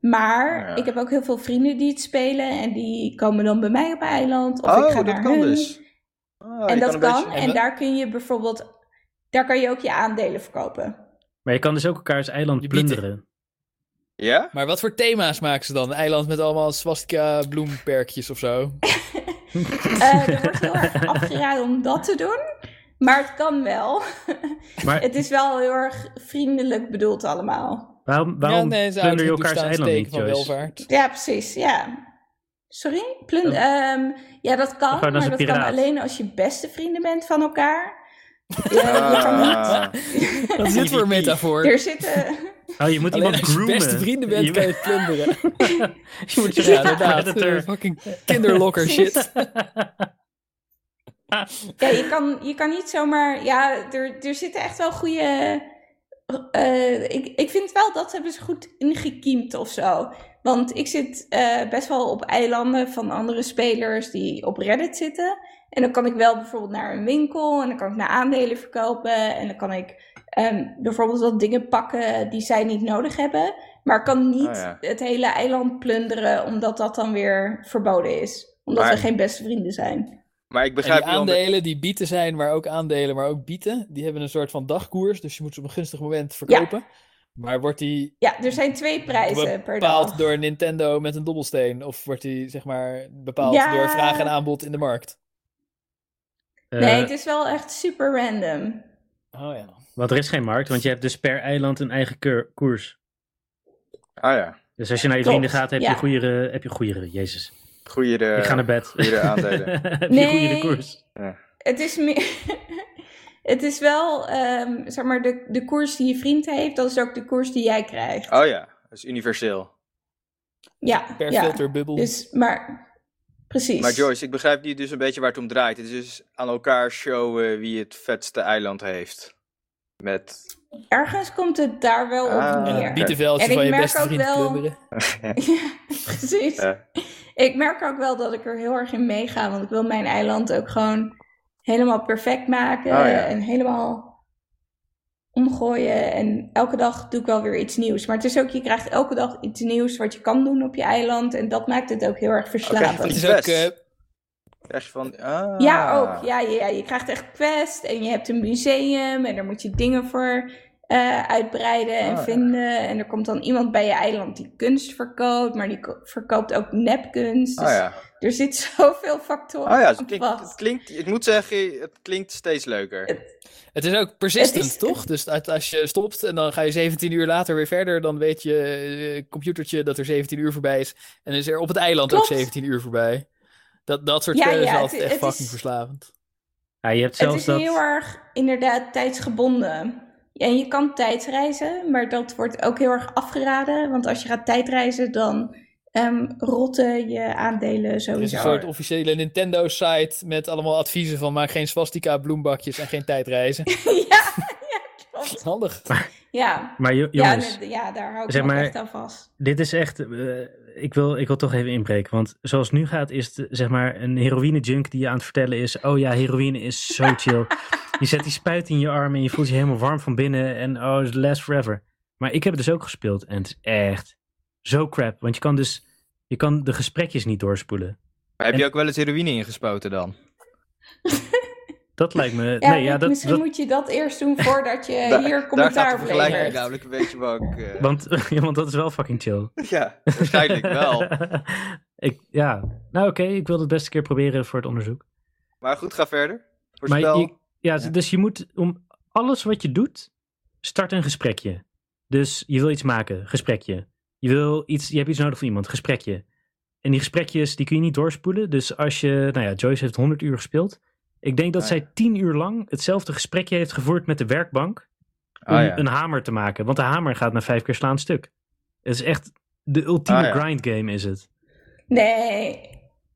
Maar Ah, ja. ik heb ook heel veel vrienden die het spelen. En die komen dan bij mij op mijn eiland. Of ik ga dat naar kan hun. dus. Ah, je En dat een kan. beetje- En daar kun je bijvoorbeeld, daar kan je ook je aandelen verkopen. Maar je kan dus ook elkaars eiland Je biedt- plunderen. Ja? Maar wat voor thema's maken ze dan? Een eiland met allemaal swastika bloemperkjes of zo? Eh, er wordt heel erg afgeraden om dat te doen. Maar het kan wel. Maar- het is wel heel erg vriendelijk bedoeld allemaal. Waarom, waarom ja, nee, ze plunder je uitroep elkaars toestaan eiland steken niet, van Joyce? welvaart. Ja, precies. Ja. Sorry? Plund ehm, ja, dat kan, Of Oh. gewoon als maar een dat kan piraat. alleen als je beste vrienden bent van elkaar. Ja, je kan Ah. niet- Wat is dit voor een PvP? metafoor? Er zitten... Oh, je moet Alleen iemand als je groomen. beste vrienden bent, je, kan je het plunderen. je moet je Ja, ja, inderdaad. predator. Eh, fucking kinderlokker shit. Ja, je kan, je kan niet zomaar... Ja, er, er zitten echt wel goede... eh, ik, ik vind wel dat hebben ze goed ingekiemd of zo. Want ik zit eh, best wel op eilanden van andere spelers die op Reddit zitten. En dan kan ik wel bijvoorbeeld naar een winkel en dan kan ik naar aandelen verkopen. En dan kan ik ehm, bijvoorbeeld wat dingen pakken die zij niet nodig hebben. Maar ik kan niet Ah, ja. het hele eiland plunderen omdat dat dan weer verboden is. Omdat Maar- we geen beste vrienden zijn. Maar ik En die begrijp je onder- aandelen die bieten zijn, maar ook aandelen, maar ook bieten, die hebben een soort van dagkoers. Dus je moet ze op een gunstig moment verkopen. Maar wordt die Ja, er zijn twee prijzen per dag. bepaald door Nintendo met een dobbelsteen? Of wordt die zeg maar bepaald Ja. door vraag en aanbod in de markt? Nee, Eh, het is wel echt super random. Oh ja. Want er is geen markt, want je hebt dus per eiland een eigen keur- koers. Ah ja, Dus als je naar je Klopt, vrienden gaat, heb ja. je goeiere, heb je goeiere, jezus. goede... ik ga naar bed. Eh, goeiere aandelen. heb je Nee. goeiere koers. Het is meer. het is wel, ehm, zeg maar, de, de koers die je vriend heeft, dat is ook de koers die jij krijgt. Oh ja, dat is universeel. ja, Per ja. filterbubbel. Dus, maar. Precies. Maar Joyce, ik begrijp nu dus een beetje waar het om draait. Het is dus aan elkaar showen wie het vetste eiland heeft. Met... Ergens komt het daar wel Ah. op en neer. het Ja. bietenveldje En ik van je merk beste ook vriend wel- plunderen. Ja, precies. Ja. Ik merk ook wel dat ik er heel erg in meega, want ik wil mijn eiland ook gewoon helemaal perfect maken Oh, ja. en helemaal omgooien. En elke dag doe ik wel weer iets nieuws. Maar het is ook, je krijgt elke dag iets nieuws wat je kan doen op je eiland en dat maakt het ook heel erg Oké, verslavend. Het is ook Best. eh, Echt van... Ah. Ja, ook. Ja, ja, ja, je krijgt echt quest en je hebt een museum en daar moet je dingen voor eh, uitbreiden en Ah, ja. vinden. En er komt dan iemand bij je eiland die kunst verkoopt, maar die ko- verkoopt ook nepkunst. Ah Dus ja. er zit zoveel factoren Ah ja, het aan klinkt, het vast. klinkt, ik moet zeggen, het klinkt steeds leuker. Het is ook persistent, Het is- toch? Dus uit- als je stopt en dan ga je 17 uur later weer verder, dan weet je eh, computertje dat er 17 uur voorbij is. En is er op het eiland Klopt. ook 17 uur voorbij. Dat, dat soort Ja, spellen ja, is het- altijd echt het is- fucking verslavend. Ja, je hebt Het zelfs is dat... heel erg inderdaad tijdsgebonden. En je kan tijdreizen, maar dat wordt ook heel erg afgeraden. Want als je gaat tijdreizen, dan ehm, rotten je aandelen Er is sowieso. een soort officiële Nintendo-site met allemaal adviezen van maak geen swastika bloembakjes en geen tijdreizen. ja, ja, klopt. Handig. Ja. Maar jo- Ja, jongens, nee, ja, daar hou ik zeg me ook maar- echt aan vast. dit is echt... eh, ik, wil, ik wil toch even inbreken. Want zoals het nu gaat, is het eh, zeg maar een heroïne-junk die je aan het vertellen is... Oh ja, heroïne is zo chill. je zet die spuit in je arm en je voelt je helemaal warm van binnen. En oh, it lasts forever. Maar ik heb het dus ook gespeeld. En het is echt zo crap. Want je kan dus... Je kan de gesprekjes niet doorspoelen. Maar heb je ook wel eens heroïne ingespoten dan? Dat lijkt me... Ja, nee, ja, Rick, dat, misschien dat- moet je dat eerst doen voordat je Daar- hier Daar gaat de commentaar vergelijking levert. namelijk een beetje bang. eh, Want, ja, want dat is wel fucking chill. ja, waarschijnlijk wel. ik, ja, nou oké, ik wil het best een keer proberen voor het onderzoek. Maar goed, ga verder. Maar Voorspel. je, ja, dus je moet om alles wat je doet, start een gesprekje. Dus je wil iets maken, gesprekje. Je, wil iets, je hebt iets nodig van iemand, gesprekje. En die gesprekjes, die kun je niet doorspoelen. Dus als je, nou ja, Joyce heeft 100 uur gespeeld. Ik denk dat Ah, zij 10 uur lang hetzelfde gesprekje heeft gevoerd met de werkbank om Ah, ja. een hamer te maken. Want de hamer gaat na vijf keer slaan stuk. Het is echt de ultieme Ah, ja. grind game is het. Nee,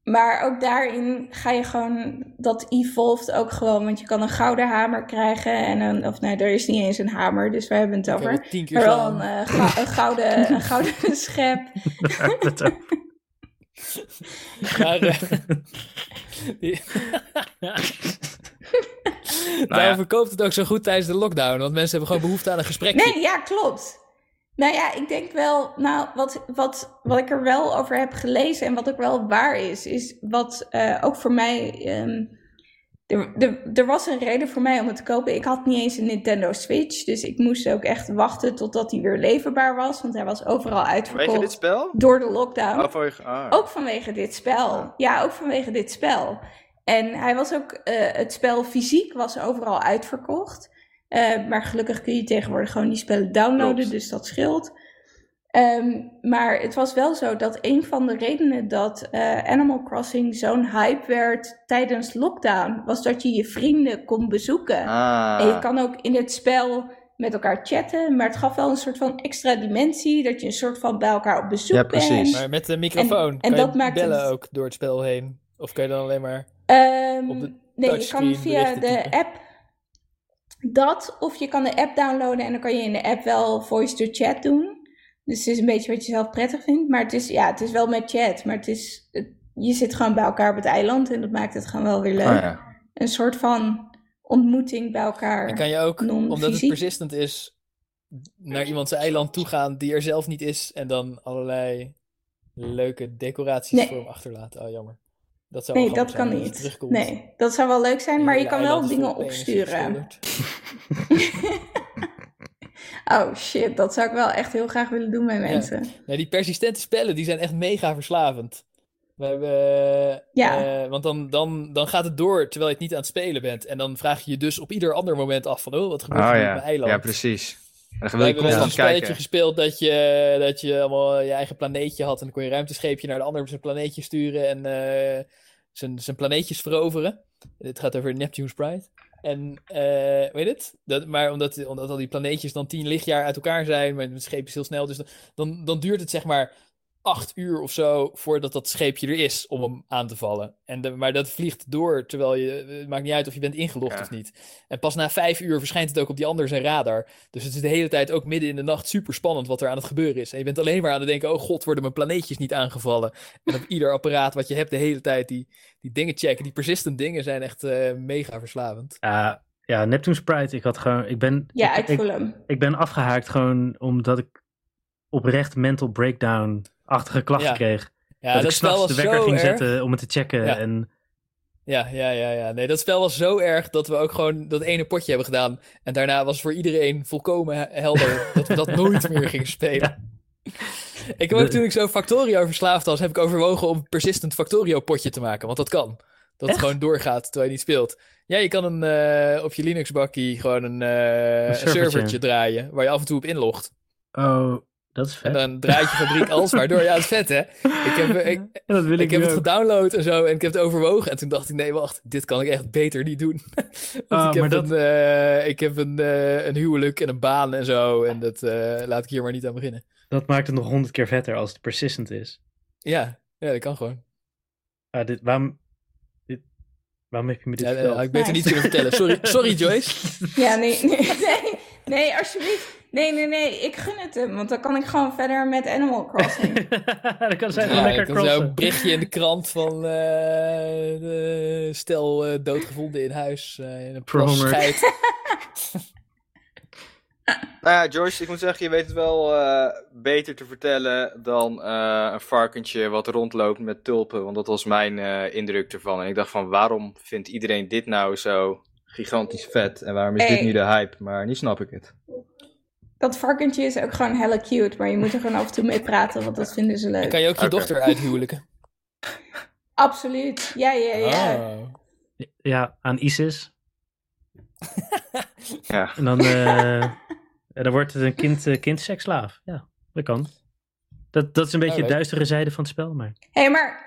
maar ook daarin ga je gewoon, dat evolved ook gewoon. Want je kan een gouden hamer krijgen en een, of nee, er is niet eens een hamer, dus waar hebben we het Ik heb over. het tien keer Maar wel een, gedaan. eh, gou- een gouden, een gouden schep. Maar, eh, die- Daarom verkoopt het ook zo goed tijdens de lockdown. Want mensen hebben gewoon behoefte aan een gesprekje. Nee, ja, klopt. Nou ja, ik denk wel, nou, wat, wat, wat ik er wel over heb gelezen en wat ook wel waar is, is wat eh, ook voor mij. ehm, er, er, er was een reden voor mij om het te kopen. Ik had niet eens een Nintendo Switch, dus ik moest ook echt wachten totdat hij weer leverbaar was, want hij was overal Weet je dit uitverkocht spel? door de lockdown. Oh, voor je- ah. Ook vanwege dit spel. Ja, ook vanwege dit spel. En hij was ook, eh, het spel fysiek was overal uitverkocht. Eh, maar gelukkig kun je tegenwoordig gewoon die spellen downloaden, Klopt. dus dat scheelt. Ehm, maar het was wel zo dat een van de redenen dat eh, Animal Crossing zo'n hype werd tijdens lockdown, was dat je je vrienden kon bezoeken. En je Ah, kan ook in het spel met elkaar chatten, maar het gaf wel een soort van extra dimensie, dat je een soort van bij elkaar op bezoek Ja, precies. bent. Maar met de microfoon. en kan dat je maakt bellen het- ook door het spel heen? Of kan je dan alleen maar... Ehm, Op de nee, je touchscreen kan via berichten de typen. app dat, of je kan de app downloaden en dan kan je in de app wel voice to chat doen. Dus het is een beetje wat je zelf prettig vindt. Maar het is, ja, het is wel met chat. Maar het is, het- je zit gewoon bij elkaar op het eiland. En dat maakt het gewoon wel weer leuk. ah ja. Een soort van ontmoeting bij elkaar. En kan je ook, non-fysiek. omdat het persistent is, naar iemand zijn eiland toe gaan die er zelf niet is. En dan allerlei leuke decoraties Nee. voor hem achterlaten. Oh, jammer. Dat zou nee, wel grappig dat kan zijn als het niet. terugkomt. Die Nee, dat zou wel leuk zijn. Maar je hele kan wel eiland is dingen vol penissen opsturen. geschilderd. Oh shit, dat zou ik wel echt heel graag willen doen met Ja. mensen. Nee, die persistente spellen die zijn echt mega verslavend. We hebben, Ja. eh, want dan, dan, dan gaat het door terwijl je het niet aan het spelen bent. En dan vraag je je dus op ieder ander moment af van... Oh, wat gebeurt er Ah nu op ja. mijn eiland? Ja, precies. Dan wil We je hebben wel eens een constant spelletje kijken. gespeeld dat je, dat je allemaal je eigen planeetje had. En dan kon je ruimtescheepje naar de ander zijn planeetje sturen en eh, zijn, zijn planeetjes veroveren. Dit gaat over Neptune's Pride. En eh, weet je het? Dat, maar omdat, omdat al die planeetjes dan tien lichtjaar uit elkaar zijn, maar het scheep is heel snel. Dus dan, dan, dan duurt het zeg maar acht uur of zo voordat dat scheepje er is om hem aan te vallen. En de- maar dat vliegt door, terwijl je... eh, Het maakt niet uit of je bent ingelogd Ja. of niet. En pas na vijf uur verschijnt het ook op die ander zijn radar. Dus het is de hele tijd ook midden in de nacht super spannend wat er aan het gebeuren is. En je bent alleen maar aan het denken: oh god, worden mijn planeetjes niet aangevallen? En op ieder apparaat wat je hebt de hele tijd die, die dingen checken, die persistent dingen zijn echt eh, mega verslavend. Ja, ja, Neptune Sprite. Ik, had gewoon, ik, ben, Ja, ik, ik ik, voel hem. ik ben afgehaakt gewoon omdat ik oprecht mental breakdown-achtige klachten Ja. kreeg. Ja, dat, ik s'nachts de wekker ging erg. zetten om het te checken. Ja. En, Ja, ja, ja, ja. Nee, dat spel was zo erg dat we ook gewoon dat ene potje hebben gedaan. En daarna was voor iedereen volkomen he- helder dat we dat nooit meer gingen spelen. Ik heb ook De- toen ik zo Factorio verslaafd was, heb ik overwogen om een persistent Factorio potje te maken. Want dat kan. Dat Echt? het gewoon doorgaat terwijl je niet speelt. Ja, je kan een, eh, op je Linux bakkie gewoon een, eh, een servertje. servertje draaien waar je af en toe op inlogt. oh, dat is vet. En dan draait je fabriek alles maar door. Ja, het is vet hè. Ik heb, ik, Ja, dat wil ik, ik heb nu het ook. gedownload en zo en ik heb het overwogen. En toen dacht ik, nee, wacht, dit kan ik echt beter niet doen. Want Ah, ik heb, maar dat- een, eh, ik heb een, eh, een huwelijk en een baan en zo. En dat eh, laat ik hier maar niet aan beginnen. Dat maakt het nog honderd keer vetter als het persistent is. Ja, ja dat kan gewoon. Ah, dit, waarom, dit, waarom heb je me dit Ja, verteld? eh, had ik beter Nice. niet kunnen vertellen. Sorry, sorry Joyce. Ja, nee, nee, nee, nee, alsjeblieft. Nee, nee, nee, ik gun het hem, want dan kan ik gewoon verder met Animal Crossing. dan kan zij gewoon Ja, lekker ik had zo'n crossen. berichtje in de krant van eh, de- stel eh, doodgevonden in huis. eh in een plas Verhongerd. scheid. Nou ja, Joyce, ik moet zeggen, je weet het wel eh, beter te vertellen dan eh, een varkentje wat rondloopt met tulpen. Want dat was mijn eh, indruk ervan. En ik dacht van, waarom vindt iedereen dit nou zo gigantisch vet? En waarom is dit Hey. nu de hype? Maar nu snap ik het. Dat varkentje is ook gewoon hella cute, maar je moet er gewoon af en toe mee praten, want dat vinden ze Dan leuk. kan je ook je Oké. dochter uithuwelijken. Absoluut, ja, ja, ja. Oh. Ja, aan ISIS. Ja. En dan, eh, en dan wordt het een kind, eh, kindseksslaaf. Ja, dat kan. Dat, dat is een beetje de Alright. duistere zijde van het spel, maar... Hé, hey, maar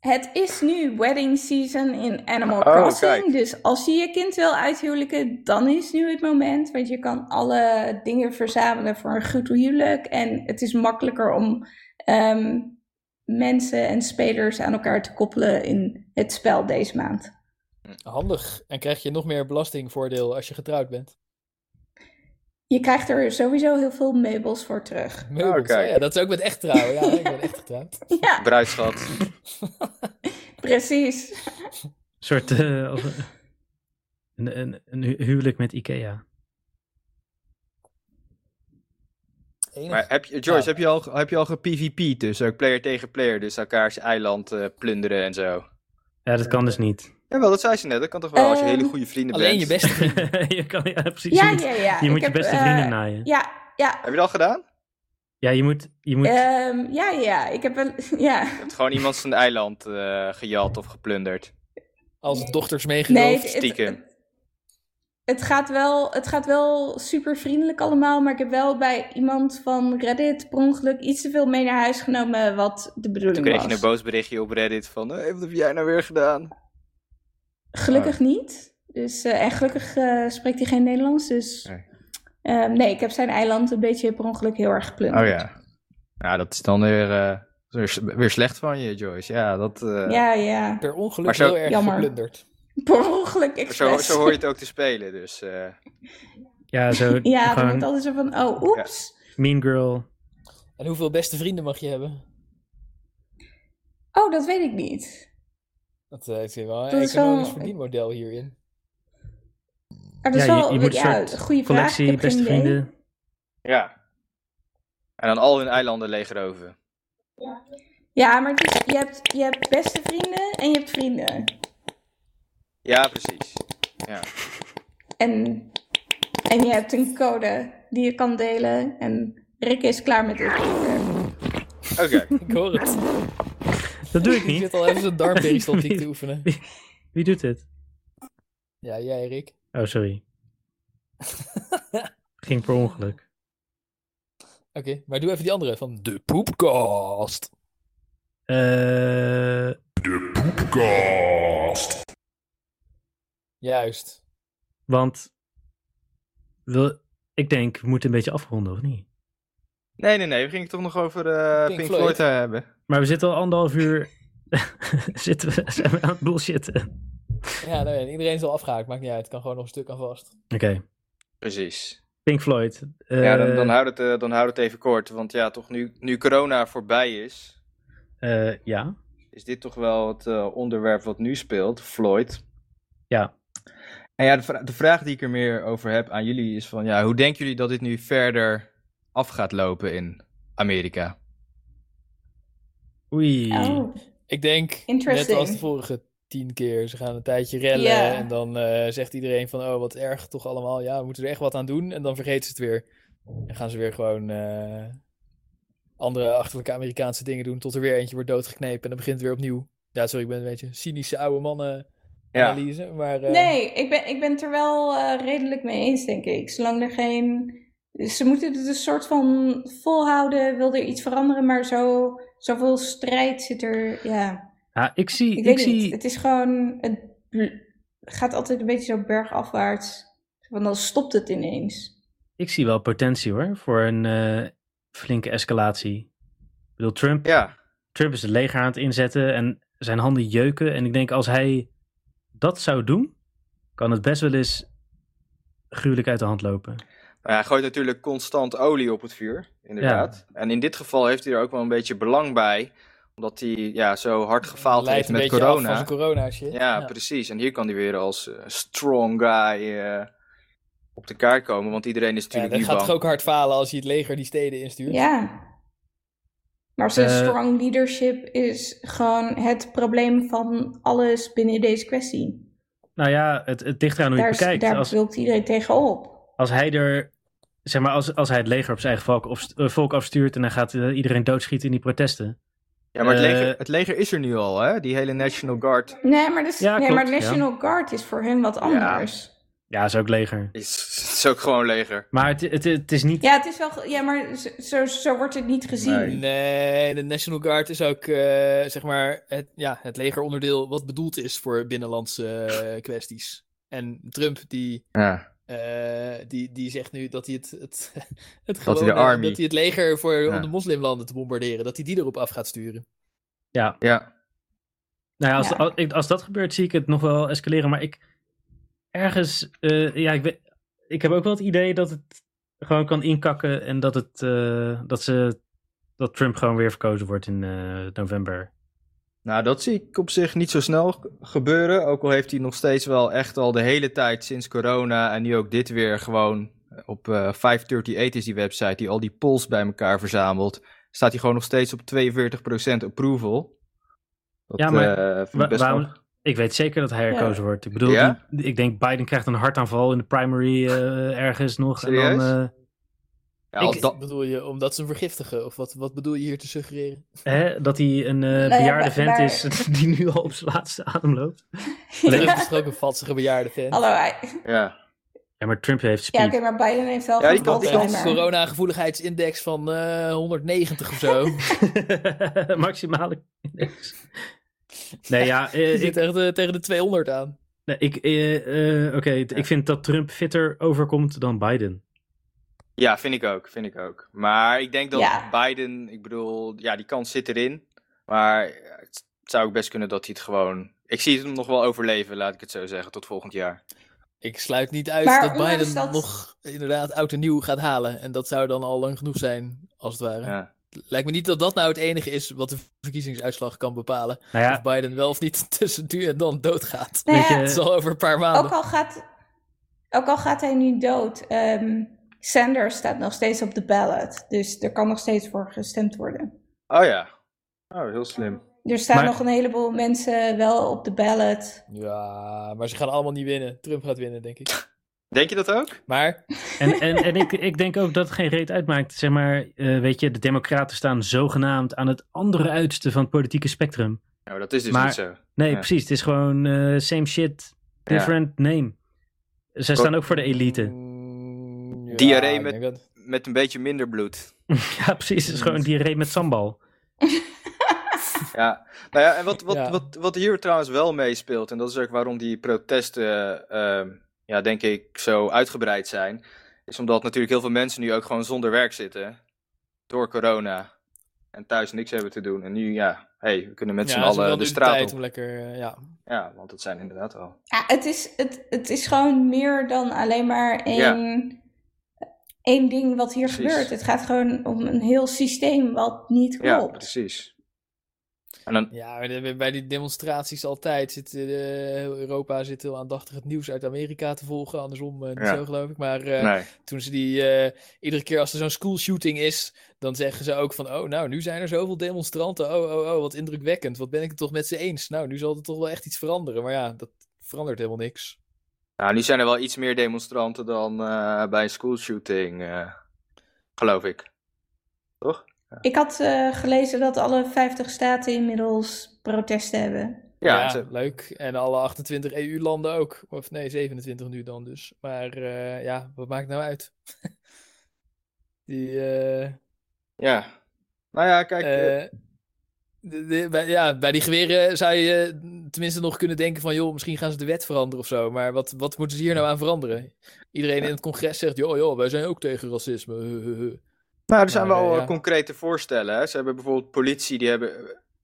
het is nu wedding season in Animal Oh, Crossing, kijk. dus als je je kind wil uithuwelijken, dan is nu het moment, want je kan alle dingen verzamelen voor een goed huwelijk en het is makkelijker om ehm, mensen en spelers aan elkaar te koppelen in het spel deze maand. Ah, Handig. En krijg je nog meer belastingvoordeel als je getrouwd bent. Je krijgt er sowieso heel veel meubels voor terug. Meubels, Oh, kijk. ja, dat is ook met echt trouwen. Ja, ik ben echt getrouwd. Ja, Bruidschat. precies. Een soort... eh, als een, een, een, een hu- huwelijk met Ikea. Enig. Maar heb je, Joyce, heb je al, heb je al gepvp dus? Ook player tegen player, dus elkaars eiland eh, plunderen en zo. Ja, dat kan dus niet. Jawel, dat zei ze net. Dat kan toch wel als je Ehm, hele goede vrienden Alleen bent. je beste vriend. je kan, ja, precies. Ja, je moet, ja, ja. je, moet Ik je heb, beste eh, vrienden nou- naaien. Ja, ja. Heb je dat al gedaan? Ja, je moet... Je moet Ehm, ja, ja. Ik heb wel... Ja. Je hebt gewoon iemand zijn eiland eh, gejat of geplunderd. Als dochters Nee, meegeloofd. het- stiekem. het gaat wel, het gaat wel super vriendelijk allemaal. Maar ik heb wel bij iemand van Reddit per ongeluk iets te veel mee naar huis genomen wat de bedoeling Toen kreeg was. je een boos berichtje op Reddit van, eh, wat heb jij nou weer gedaan? Gelukkig niet. Dus, eh, en gelukkig eh, spreekt hij geen Nederlands. Dus Nee. Ehm, nee, ik heb zijn eiland een beetje per ongeluk heel erg geplunderd. Oh ja. Ja, dat is dan weer, eh, weer, weer slecht van je, Joyce. Ja, dat... eh, Ja, ja. Per ongeluk Maar zo- heel erg Jammer. geplunderd. Per ongeluk Zo, expres. zo hoor je het ook te spelen, dus... eh, Ja, zo Ja, dan gewoon wordt altijd zo van, oh, oeps. Mean Girl. En hoeveel beste vrienden mag je hebben? Oh, dat weet ik niet. Dat eh, is wel Dat een is wel- economisch verdienmodel hierin. Maar dat is Ja, je- wel je moet een ja, soort goede vraag. Ik Collectie, heb geen beste idee. vrienden. ja. En dan al hun eilanden leegroven. Ja, maar het is- je, hebt, je hebt beste vrienden en je hebt vrienden. Ja, precies. En, en je hebt een code die je kan delen. En Rick is klaar met dit. Oké. Ik hoor het. Dat doe ik Ik niet. zit al even zijn darmperistotiek te oefenen. Wie doet dit? Ja, jij Rick. Oh, sorry. Ging per ongeluk. Oké, maar doe even die andere van de poepkast. Eh, De poepkast. Juist. want wil, ik denk, we moeten een beetje afronden, of niet? Nee, nee, nee. We gingen het toch nog over eh, Pink Pink Floyd. Floyd, eh, hebben. Maar we zitten al anderhalf uur zitten we, zijn we aan het bullshitten. Ja, nou ja, iedereen is al afgehaakt. Maakt niet uit. Kan gewoon nog een stuk aan vast. Oké, Precies. Pink Floyd. Eh, Ja, dan, dan, houd het, eh, dan houd het even kort. Want ja, toch nu, nu corona voorbij is, eh, ja. is dit toch wel het eh, onderwerp wat nu speelt, Floyd. Ja. En ja, de, vra- de vraag die ik er meer over heb aan jullie is van, ja, hoe denken jullie dat dit nu verder af gaat lopen in Amerika? Oei. Oh, Ik denk, net Interesting. als de vorige tien keer, ze gaan een tijdje rellen. Ja. En dan eh, zegt iedereen van, oh wat erg toch allemaal. Ja, we moeten er echt wat aan doen. En dan vergeten ze het weer. En gaan ze weer gewoon eh, andere achterlijke Amerikaanse dingen doen. Tot er weer eentje wordt doodgeknepen. En dan begint het weer opnieuw. Ja, sorry, ik ben een beetje een cynische oude mannen analyse. Maar eh, nee, ik ben, ik ben het er wel eh, redelijk mee eens, denk ik. Zolang er geen... Ze moeten het een soort van volhouden, wil er iets veranderen, maar zo, zoveel strijd zit er... Ja. Ja, ik zie, Ik, ik, weet niet. zie, Het is gewoon. Het gaat altijd een beetje zo bergafwaarts. Want dan stopt het ineens. ik zie wel potentie hoor, voor een eh, flinke escalatie. Ik bedoel, Trump, Ja, Trump is het leger aan het inzetten en zijn handen jeuken. En ik denk, als hij dat zou doen, kan het best wel eens gruwelijk uit de hand lopen. Nou ja, hij gooit natuurlijk constant olie op het vuur, inderdaad. En in dit geval heeft hij er ook wel een beetje belang bij, omdat hij ja, zo hard gefaald leidt heeft een met beetje af van corona. zijn corona shit. Ja, precies. En hier kan hij weer als eh, strong guy eh, op de kaart komen, want iedereen is Ja, natuurlijk dat nu gaat toch bang. ook hard falen als je het leger die steden instuurt. Ja. Maar zijn Eh. strong leadership is gewoon het probleem van alles binnen deze kwestie. Nou ja, het, het ligt eraan hoe je Daar, het is- bekijkt. daar Als, bulkt iedereen tegenop. als hij er, zeg maar, als, als hij het leger op zijn eigen volk, afst- eh, volk afstuurt en dan gaat eh, iedereen doodschieten in die protesten. Ja, maar het, Eh, leger, het leger is er nu al, hè? Die hele National Guard Nee, maar, dus, Ja, nee, klopt, maar National Guard is voor hun wat anders. Ja, is ook leger. is, is ook gewoon leger. Maar het, het, het is niet. Ja, het is wel. ge- Ja, maar zo- zo, zo wordt het niet gezien. Nee. Nee, de National Guard is ook eh, zeg maar het, ja, het legeronderdeel wat bedoeld is voor binnenlandse eh, kwesties. En Trump die, Ja. eh, die, die zegt nu dat hij het, het, het hij de gewone- army- dat hij het leger voor, om Ja. de moslimlanden te bombarderen, dat hij die erop af gaat sturen. ja. Nou ja, als, Ja. Als, ik- als dat gebeurt, zie ik het nog wel escaleren. Maar ik ergens, eh, ja, ik, weet- ik heb ook wel het idee dat het gewoon kan inkakken en dat het eh, dat ze dat Trump gewoon weer verkozen wordt in eh, november. Nou, dat zie ik op zich niet zo snel g- gebeuren. Ook al heeft hij nog steeds wel echt al de hele tijd sinds corona en nu ook dit weer gewoon op eh 538 is die website die al die polls bij elkaar verzamelt. Staat hij gewoon nog steeds op 42% approval. Dat, Ja, maar eh, vind ik wa- best waarom- wel- Ik weet zeker dat hij herkozen wordt. Ik bedoel, Ja? die- ik denk Biden krijgt een hartaanval in de primary eh, ergens nog. En dan, Serieus? Ja, als Ik- dat- Bedoel je omdat ze hem vergiftigen? Of wat, wat bedoel je hier te suggereren? eh, hè, dat hij een eh, ja, bejaarde maar- vent maar- is die nu al op zijn laatste adem loopt. Trump is toch ook een valsige bejaarde fan? Hallo, hij- ja. Ja, maar Trump heeft Ja, speed. oké, maar Biden heeft wel Ja, die geen kan- die kan Alzheimer. Corona-gevoeligheidsindex van eh, 190 of zo. Maximale index. Nee, ja, Die eh, zit ik, tegen de, tegen de 200 aan. nee, ik, eh, eh, oké, ik vind dat Trump fitter overkomt dan Biden. Ja, vind ik ook, vind ik ook. Maar ik denk dat Ja. Biden, ik bedoel, ja, die kans zit erin. Maar ja, het zou ook best kunnen dat hij het gewoon... Ik zie het hem nog wel overleven, laat ik het zo zeggen, tot volgend jaar. Ik sluit niet uit Maar dat ondanks Biden dat- nog inderdaad oud en nieuw gaat halen. En dat zou dan al lang genoeg zijn, als het ware. Ja. Lijkt me niet dat dat nou het enige is wat de verkiezingsuitslag kan bepalen. Nou ja, Of Biden wel of niet tussen nu en dan doodgaat. Nou Weet ja, je- Het is al over een paar maanden. ook, al gaat, ook al gaat hij nu dood, ehm, Sanders staat nog steeds op de ballot. Dus er kan nog steeds voor gestemd worden. Oh ja. Oh, heel slim. Er staan Maar- nog een heleboel mensen wel op de ballot. Ja, maar ze gaan allemaal niet winnen. Trump gaat winnen, denk ik. Denk je dat ook? Maar En, en, en ik, ik denk ook dat het geen reet uitmaakt. Zeg maar, eh, weet je, de Democraten staan zogenaamd aan het andere uiterste van het politieke spectrum. Nou, dat is dus Maar- niet zo. Nee, Ja. precies. Het is gewoon eh, same shit, different name. Zij staan ook voor de elite. Mm, ja, Diarree ik met- denk dat- Met een beetje minder bloed. Ja, precies. Het is gewoon diarree met sambal. Ja, nou ja, en wat, wat, Ja. Wat, wat hier trouwens wel meespeelt, en dat is ook waarom die protesten, ehm, ja, denk ik, zo uitgebreid zijn, is omdat natuurlijk heel veel mensen nu ook gewoon zonder werk zitten door corona en thuis niks hebben te doen. En nu, ja, hey, we kunnen met Ja, z'n ze hebben wel allen de straat tijd op. om lekker, eh, ja. Ja, want dat zijn inderdaad wel. Ja, het, is, het, het is gewoon meer dan alleen maar één, één ding wat hier Precies. gebeurt. Het gaat gewoon om een heel systeem wat niet Ja, klopt. precies. En dan, Ja, maar de- bij die demonstraties altijd zit eh, heel Europa zit heel aandachtig het nieuws uit Amerika te volgen. Andersom eh, niet Ja. zo, geloof ik. Maar eh, nee, toen ze die, eh, iedere keer als er zo'n school shooting is, dan zeggen ze ook van, oh, nou, nu zijn er zoveel demonstranten. Oh, oh, oh, wat indrukwekkend. Wat ben ik het toch met ze eens? Nou, nu zal er toch wel echt iets veranderen. Maar ja, dat verandert helemaal niks. nou, nu zijn er wel iets meer demonstranten dan eh, bij een schoolshooting, eh, geloof ik. Ik had eh, gelezen dat alle 50 staten inmiddels protesten hebben. Ja, het- leuk. En alle 28 EU-landen ook. Of nee, 27 nu dan dus. Maar eh, ja, wat maakt nou uit? die, eh, ja. Nou ja, kijk. eh, eh, de- de- bij, ja, bij die geweren zou je eh, tenminste nog kunnen denken van... joh, misschien gaan ze de wet veranderen of zo. Maar wat, wat moeten ze hier nou aan veranderen? Iedereen in het congres zegt... joh, joh, wij zijn ook tegen racisme. Huh, huh, huh. Nou, er zijn Maar, wel eh, eh, ja. concrete voorstellen. Hè. Ze hebben bijvoorbeeld politie, die hebben,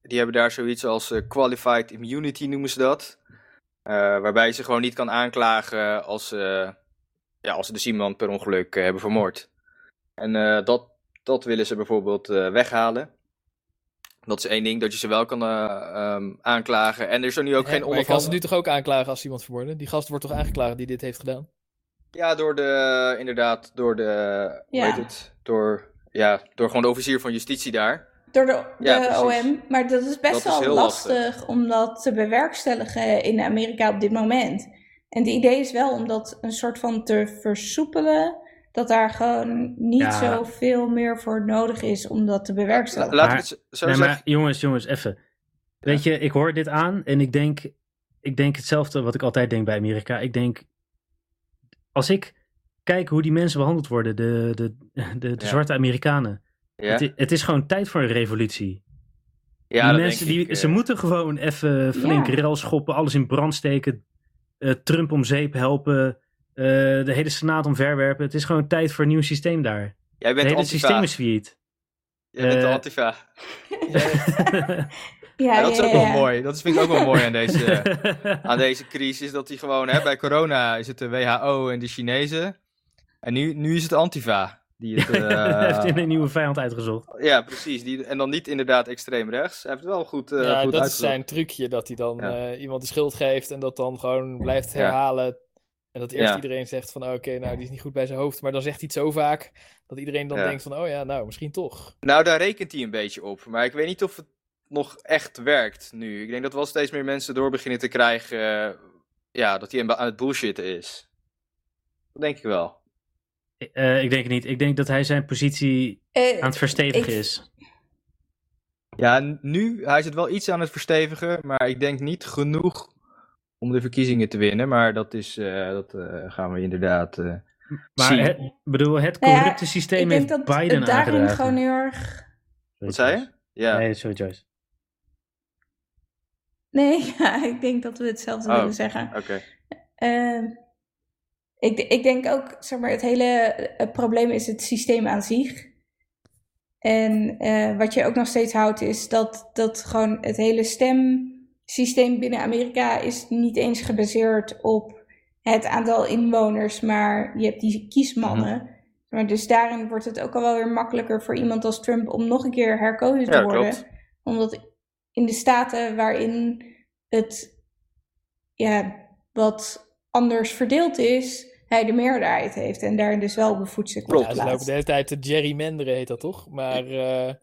die hebben daar zoiets als eh, qualified immunity noemen ze dat. Eh, waarbij je ze gewoon niet kan aanklagen als, ze, ja, als ze dus iemand per ongeluk eh, hebben vermoord. En eh, dat, dat willen ze bijvoorbeeld eh, weghalen. Dat is één ding, dat je ze wel kan eh, ehm, aanklagen. En er is er nu ook Hè, geen maar je kan ze onafhankelijke... nu toch ook aanklagen als ze iemand vermoorden? Die gast wordt toch aangeklaagd die dit heeft gedaan? Ja, door de, inderdaad, door de, Ja. hoe heet het? Door, ja, door gewoon de officier van justitie daar. Door de, de Ja, precies. OM. Maar dat is best Dat is wel heel lastig, lastig. om dat te bewerkstelligen in Amerika op dit moment. En het idee is wel om dat een soort van te versoepelen. Dat daar gewoon niet Ja. zoveel meer voor nodig is om dat te La- bewerkstelligen. laat Maar- ik het zo- zo nee, zeggen. maar jongens, jongens, even. Weet je, ik hoor dit aan en ik denk, ik denk hetzelfde wat ik altijd denk bij Amerika. Ik denk, als ik kijk hoe die mensen behandeld worden, de, de, de, de Ja. zwarte Amerikanen. Ja, Het, i- het is gewoon tijd voor een revolutie. ja die dat mensen, denk die, ik, eh, ze moeten gewoon even flink Ja. rel schoppen, alles in brand steken, eh, Trump om zeep helpen, eh, de hele Senaat omverwerpen. Het is gewoon tijd voor een nieuw systeem daar. Jij Het bent hele antifa. systeem is failliet. Jij bent de eh, antifa. ja, Ja, dat is ook wel ja. mooi. Dat vind ik ook wel mooi aan deze, aan deze crisis. Dat die gewoon, hè, bij corona is het de WHO en de Chinezen. En nu, nu is het antifa. Die het, Hij heeft eh, een nieuwe vijand uitgezocht. ja, precies. Die, en dan niet inderdaad extreem rechts. Hij heeft het wel goed, eh ja, goed dat is uitgezocht. zijn trucje, dat hij dan Ja. eh, iemand de schuld geeft en dat dan gewoon blijft Ja. herhalen. En dat eerst Ja. iedereen zegt van, oké, nou, die is niet goed bij zijn hoofd. Maar dan zegt hij het zo vaak, dat iedereen dan Ja. denkt van, oh ja, nou, misschien toch. Nou, daar rekent hij een beetje op. Maar ik weet niet of het nog echt werkt nu. Ik denk dat wel steeds meer mensen door beginnen te krijgen... eh, ja, dat hij aan het bullshitten is. Dat denk ik wel. Eh, ik denk het niet. Ik denk dat hij zijn positie Eh, aan het verstevigen ik- is. Ja, n- nu, hij is het wel iets aan het verstevigen, maar ik denk niet genoeg om de verkiezingen te winnen. Maar dat, is, eh, dat eh, gaan we inderdaad eh, Maar zien. het, bedoel, het Nou ja, corrupte systeem Ik denk heeft dat Biden het daarin aangedragen. gewoon heel erg... Wat zei je? Ja. Nee, sorry Joyce. Nee, ja, ik denk dat we hetzelfde Oh. willen zeggen. Oké. Ehm, ik, de- ik denk ook, zeg maar, het hele eh, probleem is het systeem aan zich. En eh, wat je ook nog steeds houdt, is dat, dat gewoon het hele stemsysteem binnen Amerika is niet eens gebaseerd op het aantal inwoners, maar je hebt die kiesmannen. Mhm. Maar dus daarin wordt het ook al wel weer makkelijker voor iemand als Trump om nog een keer herkozen te Ja, worden. klopt. Omdat in de staten waarin het ja, wat anders verdeeld is, hij de meerderheid heeft en daarin dus wel bevoed zich Klopt. wordt Ja, ze lopen geplaatst. de hele tijd te gerrymanderen, heet dat toch? Maar eh,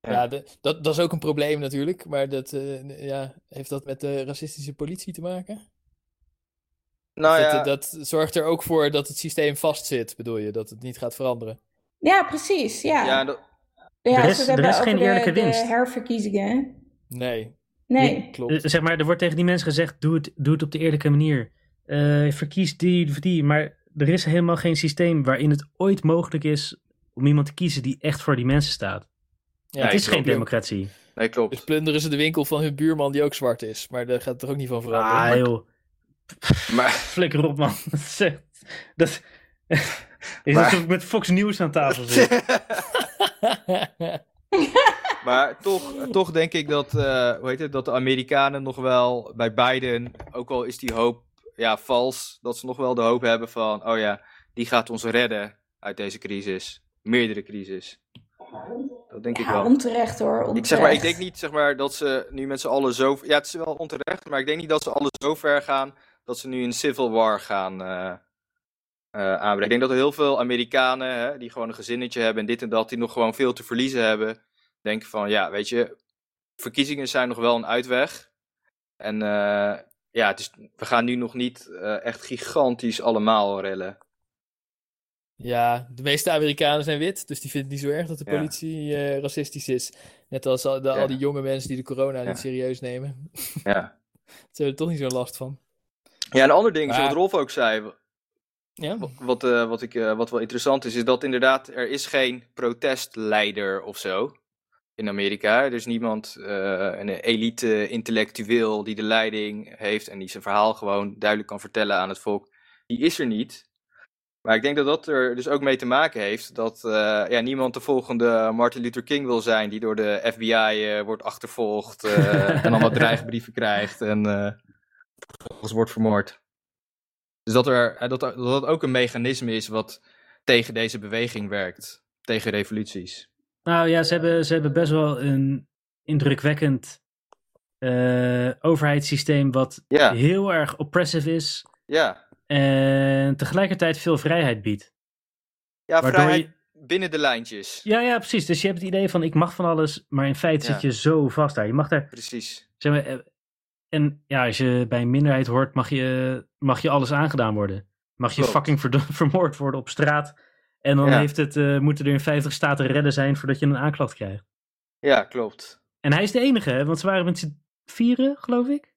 ja, de- dat, dat is ook een probleem natuurlijk. Maar dat, eh, ja, heeft dat met de racistische politie te maken? Nou dat, ja, dat zorgt er ook voor dat het systeem vastzit, bedoel je? Dat het niet gaat veranderen. Ja, precies. Ja. ja, dat, Ja, Er ze is- er hebben is over geen de- eerlijke de winst. herverkiezingen. Nee, Nee. Eh, klopt. Zeg maar, er wordt tegen die mensen gezegd, doe het, doe het op de eerlijke manier. Eh, verkies die of die. Maar er is helemaal geen systeem waarin het ooit mogelijk is om iemand te kiezen die echt voor die mensen staat. Ja, het ik is geen klopt. democratie. nee, klopt. Dus plunderen ze de winkel van hun buurman die ook zwart is. Maar daar gaat het er ook niet van veranderen. Ah joh, Maar, flikker op man. Dat is echt- dat is Maar- alsof ik met Fox News aan tafel zit. maar toch, toch denk ik dat, eh, hoe heet het, dat de Amerikanen nog wel bij Biden, ook al is die hoop ja, vals, dat ze nog wel de hoop hebben van, oh ja, die gaat ons redden uit deze crisis. Meerdere crisis. Dat denk ik Ja, wel. onterecht hoor. Ik, zeg maar, ik onterecht. denk niet zeg maar, dat ze nu met z'n allen zo. Ja, het is wel onterecht, maar ik denk niet dat ze allen zo ver gaan dat ze nu een civil war gaan eh, eh, aanbrengen. Ik denk dat er heel veel Amerikanen, hè, die gewoon een gezinnetje hebben en dit en dat, die nog gewoon veel te verliezen hebben, denken van ja, weet je, verkiezingen zijn nog wel een uitweg. En eh, ja, het is, we gaan nu nog niet eh, echt gigantisch allemaal rellen. Ja, de meeste Amerikanen zijn wit, dus die vinden het niet zo erg dat de Ja. politie eh, racistisch is. Net als al, de- Ja. al die jonge mensen die de corona Ja. niet serieus nemen. Ja. Ze hebben er toch niet zo'n last van. Ja, een ander ding is wat Maar- Rolf ook zei. Ja, Wat, eh, wat, ik, eh, wat wel interessant is, is dat inderdaad er is geen protestleider of zo in Amerika. Er is niemand, eh, een elite intellectueel die de leiding heeft en die zijn verhaal gewoon duidelijk kan vertellen aan het volk. Die is er niet. Maar ik denk dat dat er dus ook mee te maken heeft dat eh, ja, niemand de volgende Martin Luther King wil zijn die door de FBI eh, wordt achtervolgd eh, en allemaal dreigbrieven krijgt en eh, vervolgens wordt vermoord. Dus dat, er, eh, dat, dat dat ook een mechanisme is wat tegen deze beweging werkt. Tegen revoluties. Nou ja, ze hebben, ze hebben best wel een indrukwekkend eh, overheidssysteem wat Ja, heel erg oppressive is ja. en tegelijkertijd veel vrijheid biedt. Ja, Waardoor vrijheid je- binnen de lijntjes. ja, ja, precies. Dus je hebt het idee van ik mag van alles, maar in feite Ja. zit je zo vast daar. Je mag daar, Precies. zeg maar, eh, en ja, als je bij een minderheid hoort, mag je, mag je alles aangedaan worden. Mag je Klopt. fucking verd- vermoord worden op straat. En dan Ja. heeft het, eh, moeten er in 50 staten redden zijn voordat je een aanklacht krijgt. Ja, klopt. En hij is de enige, hè? want ze waren met z'n vieren, geloof ik.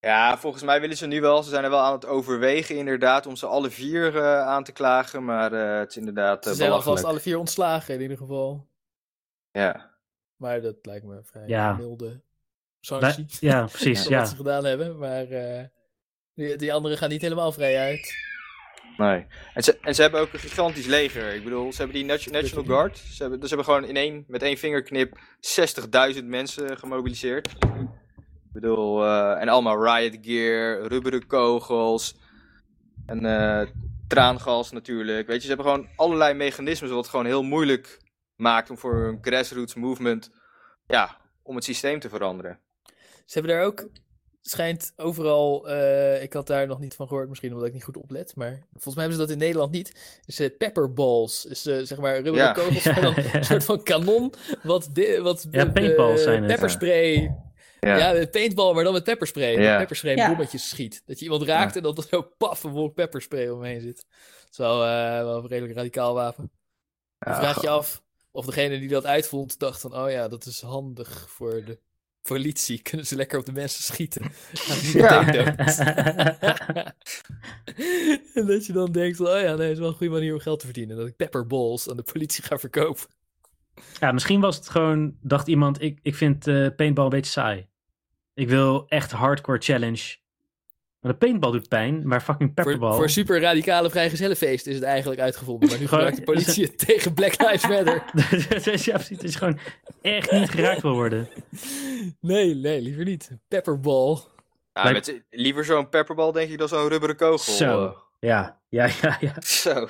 Ja, volgens mij willen ze nu wel. Ze zijn er wel aan het overwegen, inderdaad, om ze alle vier eh, aan te klagen. Maar eh, het is inderdaad eh, ze zijn alvast belachelijk. alle vier ontslagen in ieder geval. Ja. Maar dat lijkt me een vrij Ja. milde sanctie Wij- ja, precies. voor ja. Oh, wat ze gedaan hebben. Maar eh, die, die anderen gaan niet helemaal vrij uit. Nee. En ze, en ze hebben ook een gigantisch leger. Ik bedoel, ze hebben die Nat- National Guard. Ze hebben, dus ze hebben gewoon in één, met één vingerknip 60.000 mensen gemobiliseerd. Ik bedoel, eh, en allemaal riot gear, rubberen kogels en eh, traangas natuurlijk. Weet je, ze hebben gewoon allerlei mechanismes wat het gewoon heel moeilijk maakt om voor een grassroots movement, ja, om het systeem te veranderen. Ze hebben daar ook, schijnt overal, eh, ik had daar nog niet van gehoord, misschien omdat ik niet goed oplet. Maar volgens mij hebben ze dat in Nederland niet. Is eh, pepperballs, is eh, zeg maar rubberen Ja. kogels Ja, maar dan ja. een soort van kanon. Wat, di- wat Ja, eh, paintballs zijn het. Pepperspray. Ja. Ja, met paintball, maar dan met pepperspray. Dat Ja. pepperspray Ja. bommetjes schiet. Dat je iemand raakt en dat er zo paf een wolk pepperspray omheen zit. Dat is wel, eh, wel een redelijk radicaal wapen. Dan Ja, vraag je af of degene die dat uitvond dacht van... Oh ja, dat is handig voor de politie kunnen ze lekker op de mensen schieten. Gaan ze Ja. meteen dood. en dat je dan denkt, oh ja, nee, is wel een goede manier om geld te verdienen. Dat ik pepperballs aan de politie ga verkopen. Ja, misschien was het gewoon, dacht iemand, ik, ik vind eh, paintball een beetje saai. Ik wil echt hardcore challenge. Maar de paintball doet pijn, maar fucking Voor, pepperball. voor super radicale vrijgezellenfeest is het eigenlijk uitgevonden. Maar nu Gewoon- gebruikt de politie het tegen Black Lives Matter. Dat is- Dus, ja, precies, dat je gewoon echt niet geraakt wil worden. Nee, nee, liever niet. Pepperball. Ja, met, liever zo'n pepperbal, denk ik, dan zo'n rubberen kogel. Zo. Ja, ja, ja, ja. eh. Zo.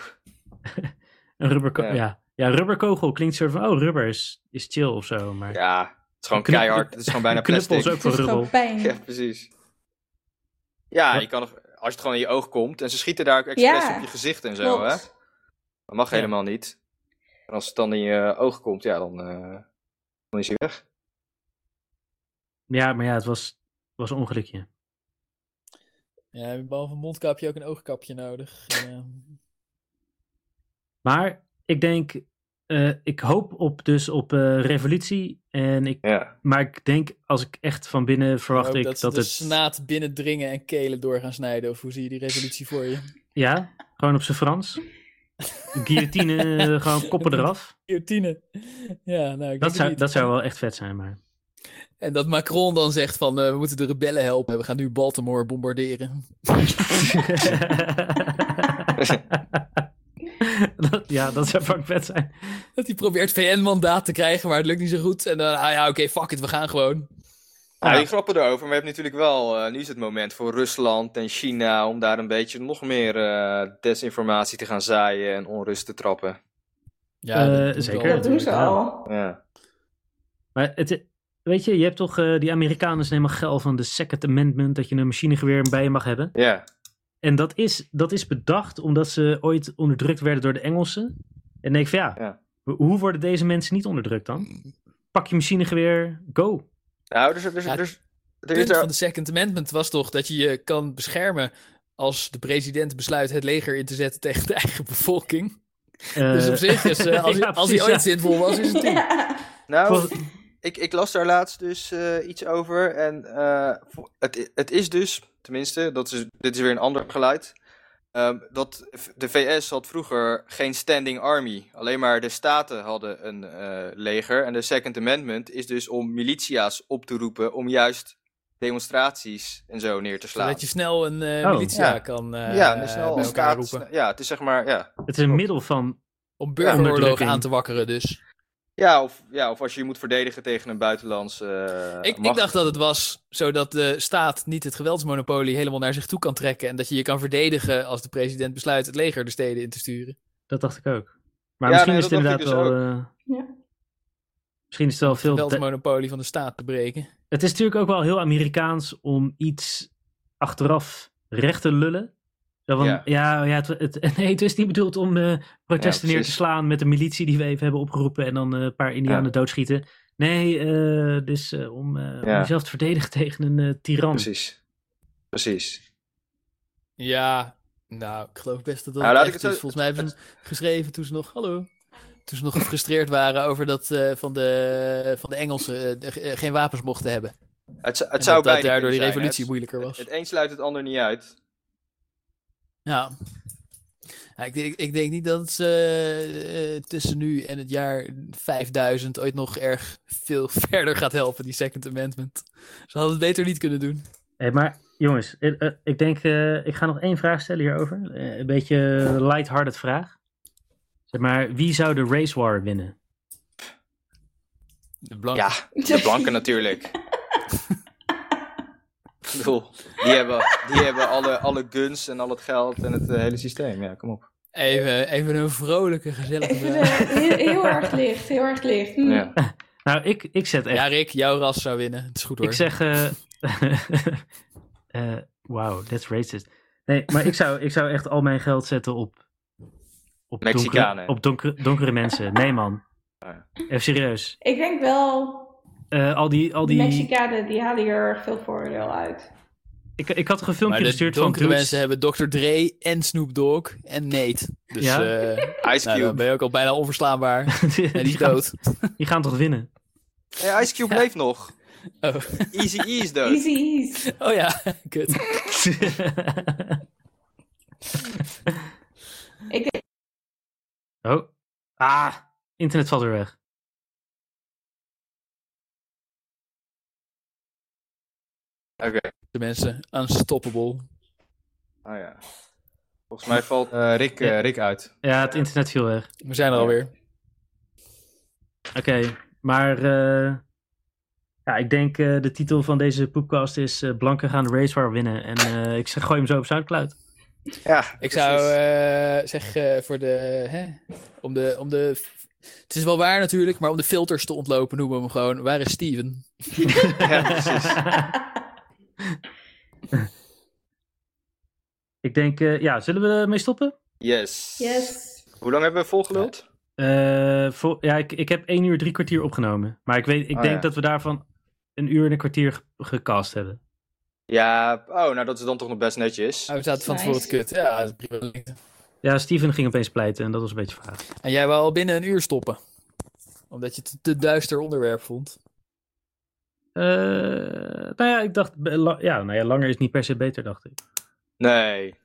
Een rubberko- Ja. ja. Ja, rubberkogel klinkt soort van, oh, rubber is, is chill of zo. Maar Ja, het is gewoon Knip- keihard. Het is gewoon bijna knuppel plastic. is ook Het is voor gewoon rubbel. pijn. Ja, precies. Ja, Ja. je kan, nog- als het gewoon in je oog komt. En ze schieten daar ook expres Ja, op je gezicht en zo, hè? Klopt. Dat mag Ja. helemaal niet. En als het dan in je oog komt, ja, dan, eh, dan is hij weg. Ja, maar ja, het was, was een ongelukje. Ja, behalve een mondkapje ook een oogkapje nodig. Eh, Maar ik denk, eh, ik hoop op, dus op eh, revolutie. En ik, Ja. maar ik denk, als ik echt van binnen verwacht ook ik dat, dat ze de het... snaat binnendringen en kelen door gaan snijden. Of hoe zie je die revolutie voor je? Ja, gewoon op zijn Frans. Guillotine, eh, gewoon koppen eraf. Guillotine. Ja, nou, Dat ik weet het zou, niet. dat zou wel echt vet zijn, maar... En dat Macron dan zegt van, eh, we moeten de rebellen helpen. We gaan nu Baltimore bombarderen. dat, ja, dat zou fucking vet zijn. Dat hij probeert VN-mandaat te krijgen, maar het lukt niet zo goed. En dan, ah ja, oké, fuck it, we gaan gewoon. Nou, die grappen erover, maar je hebt natuurlijk wel... eh, nu is het moment voor Rusland en China om daar een beetje nog meer eh, desinformatie te gaan zaaien en onrust te trappen. Ja, Eh, dat doen ze zeker. al. Dat doen ze Ja. al. Ja. Maar het, weet je, je hebt toch... eh, die Amerikanen zijn helemaal geil van de Second Amendment... dat je een machinegeweer bij je mag hebben. Ja. En dat is, dat is bedacht omdat ze ooit onderdrukt werden door de Engelsen. En denk ik van ja, Ja. ho- hoe worden deze mensen niet onderdrukt dan? Pak je machinegeweer, go. Nou, dus, dus, Ja, dus, er Het is punt daar- van de Second Amendment was toch dat je je kan beschermen als de president besluit het leger in te zetten tegen de eigen bevolking. dus Eh, op zich, is, eh, als, ja, hij- als hij precies, ooit ja. zinvol was, is het toen. Ja. Nou, Vol- ik, ik las daar laatst dus eh, iets over. En eh, vo- het, i- het is dus, tenminste, dat is, dit is weer een ander geluid. ehm, dat v- de VS had vroeger geen standing army. Alleen maar de staten hadden een eh, leger. En de Second Amendment is dus om militia's op te roepen om juist demonstraties en zo neer te slaan. Dat je snel een eh, Oh. militia Ja. kan eh ja, dus snel bij als elkaar staat. roepen. Ja, het is zeg maar, ja. Het is een middel van... Om burgeroorlog onderdrukking. aan te wakkeren dus. Ja, of, ja, of als je je moet verdedigen tegen een buitenlands. eh, ik, ik macht. dacht dat het was zodat de staat niet het geweldsmonopolie helemaal naar zich toe kan trekken. En dat je je kan verdedigen als de president besluit het leger de steden in te sturen. Dat dacht ik ook. Maar Ja, misschien nee, is het dat inderdaad dacht ik dus wel... eh, Ja. Misschien is het wel veel... Het te- geweldsmonopolie van de staat te breken. Het is natuurlijk ook wel heel Amerikaans om iets achteraf recht te lullen. Zo van, ja, Ja. ja, het, het- nee, het is niet bedoeld om eh, protesten Ja, neer te precies. slaan met de militie die we even hebben opgeroepen en dan eh, een paar Indianen Ja. doodschieten. Nee, eh, het is eh, om, eh, om Ja. jezelf te verdedigen tegen een eh, tiran. Precies. Precies. Ja, nou, ik geloof best dat dat Nou, laat echt ik het is. zo- Volgens mij hebben ze hem geschreven toen ze nog... Hallo. Toen ze nog gefrustreerd waren over dat eh, van, de, van de Engelsen eh, de- eh, geen wapens mochten hebben. Het, z- het En zou dat, beide dat daardoor kunnen die zijn, revolutie hè. moeilijker was. Het, het een sluit het ander niet uit. Ja. Ja, ik, denk- ik denk niet dat het eh, eh, tussen nu en het jaar 5000 ooit nog erg veel verder gaat helpen, die Second Amendment. Ze hadden het beter niet kunnen doen. Hey, maar jongens, eh, eh, ik denk, eh, ik ga nog één vraag stellen hierover. Eh, een beetje lighthearted vraag. Zeg maar, wie zou de race war winnen? De blanken. Ja, de blanken natuurlijk. Ik bedoel, die hebben, die hebben alle, alle guns en al het geld en het eh, hele systeem. Ja, kom op. Even, even een vrolijke, gezellige Even vraag. eh, heel, heel erg licht, heel erg licht. Hm. Ja. Nou, ik, ik zet echt Ja, Rick, jouw ras zou winnen. Het is goed hoor. Ik zeg. eh eh, Wauw, that's racist. Nee, maar ik zou, ik zou echt al mijn geld zetten op. op Mexicanen. Donkere, op donkere, donkere mensen. Nee, man. Ja. Even serieus. Ik denk wel, Eh, al die. Al de die Mexicanen die halen hier erg veel voordeel uit. ik, ik had toch een maar filmpje de gestuurd van. donkere dudes- mensen hebben Dr. Dre en Snoop Dogg en Nate. Dus Ja? eh, Ice nou, dan Cube. ben je ook al bijna onverslaanbaar. En die is gaan, dood. die gaan toch winnen? Hey, Ice Cube leeft nog. Oh, Easy Ease dood. Easy ease. oh ja, kut. Ik denk, oh. Ah, internet valt weer weg. Oké. De mensen, unstoppable. Oh ja. Volgens mij valt eh, Rick, eh, Rick uit. Ja, het internet viel weg. We zijn er alweer. Oké, maar eh, ja, ik denk eh, de titel van deze podcast is eh, Blanken gaan de race war winnen. En eh, ik zeg, gooi hem zo op Soundcloud. Ja, Ik zou eh, zeggen eh, voor de, hè, om de, om de, het is wel waar natuurlijk, maar om de filters te ontlopen noemen we hem gewoon, waar is Steven? eh, Ja, precies. ik denk, eh, ja, zullen we ermee stoppen? Yes. yes. Hoe lang hebben we volgeluld? Eh, voor, ja, ik, ik heb 1 uur drie kwartier opgenomen. Maar ik, weet, ik Oh, denk ja. dat we daarvan een uur en een kwartier ge- gecast hebben. Ja, oh, nou dat is dan toch nog best netjes. Oh, we zaten van Nice. tevoren te kut. Ja, dat is prima. Ja, Steven ging opeens pleiten en dat was een beetje vraag. En jij wou al binnen een uur stoppen. Omdat je het een te duister onderwerp vond. Eh, nou ja, ik dacht, be- la- ja, nou ja, langer is niet per se beter, dacht ik. Nee. Oh,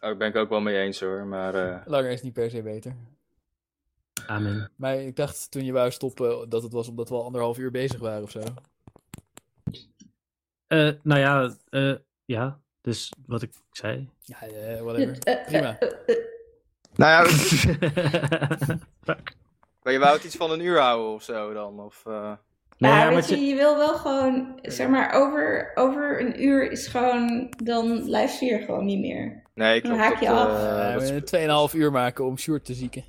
Daar ben ik ook wel mee eens hoor, maar... eh, Langer is niet per se beter. Amen. Maar ik dacht toen je wou stoppen dat het was omdat we al anderhalf uur bezig waren of zo. Eh, nou ja, eh, ja, dus wat ik zei. Ja, eh, whatever. Eh, eh, Prima. eh, eh, Nou ja, Fuck. maar je wou het iets van een uur houden of zo dan? Of, eh, Nee, ja, ja, maar weet het- je, je wil wel gewoon, zeg maar, over, over een uur is gewoon, dan luister je gewoon niet meer. Nee, Dan klopt. haak je dat, af. eh, Ja, dat is- we Tweeënhalf uur maken om Sjoerd te zieken.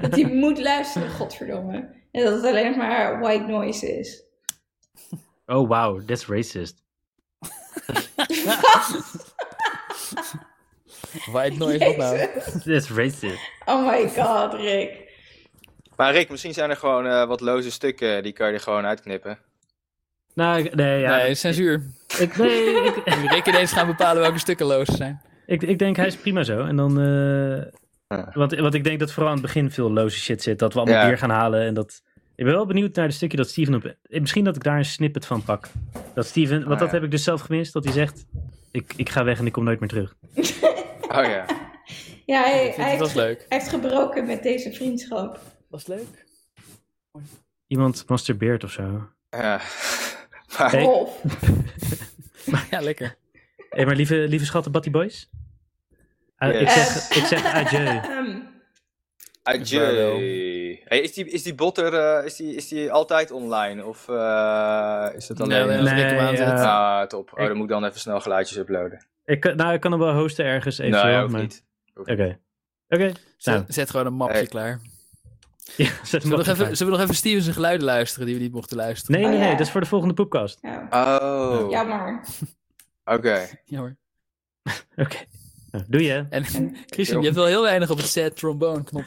Dat je moet luisteren, godverdomme. En dat het alleen maar white noise is. oh, wow, that's racist. White noise, wat nou? Jezus. That's racist. Oh my god, Rick. Maar Rick, misschien zijn er gewoon eh, wat loze stukken, die kan je er gewoon uitknippen. Nou, ik- nee, ja. Nee, censuur. Ik, nee ik, Moet Rick ineens gaan bepalen welke stukken loos zijn. ik, ik denk hij is prima zo. En dan, eh, Ja. want, want ik denk dat vooral aan het begin veel loze shit zit. Dat we allemaal Ja. bier gaan halen. En dat, ik ben wel benieuwd naar het stukje dat Steven op... eh, Misschien dat ik daar een snippet van pak. Dat Steven, want Ah, dat ja. heb ik dus zelf gemist. Dat hij zegt, ik, ik ga weg en ik kom nooit meer terug. Oh ja. Ja, hij, Ik hij vind het heeft, was leuk. hij heeft gebroken met deze vriendschap. Was leuk? Iemand masturbeert of zo. Ja. Maar, Hey. Rolf. Ja, lekker. Hé, maar lieve, lieve schatten, Batty Boys. Ah, ik, Yes. zeg, ik zeg adieu. Ehm, adieu. Vaarwel. Hey, is, die, is die botter eh, is die, is die altijd online? Of eh, is het alleen... nee, als Rick hem Nee, aanzet. eh, Ah, top. Oh, dan moet ik dan even snel geluidjes uploaden. Ik, kan- nou, ik kan hem wel hosten ergens. Even nee, wel, ook maar- niet. Oké. Oké. Zet, nou. zet gewoon een mapje Hey. klaar. Ja, zet hem Zullen we, nog op. even, Ah, zullen we nog even Steven zijn geluiden luisteren die we niet mochten luisteren? Nee, nee, Oh, nee. ja. Dat is voor de volgende podcast. nou, Oh, jammer. oké. Jammer. Oké. Nou, doe je. En Christian, je hebt wel heel weinig op het set trombone knopje.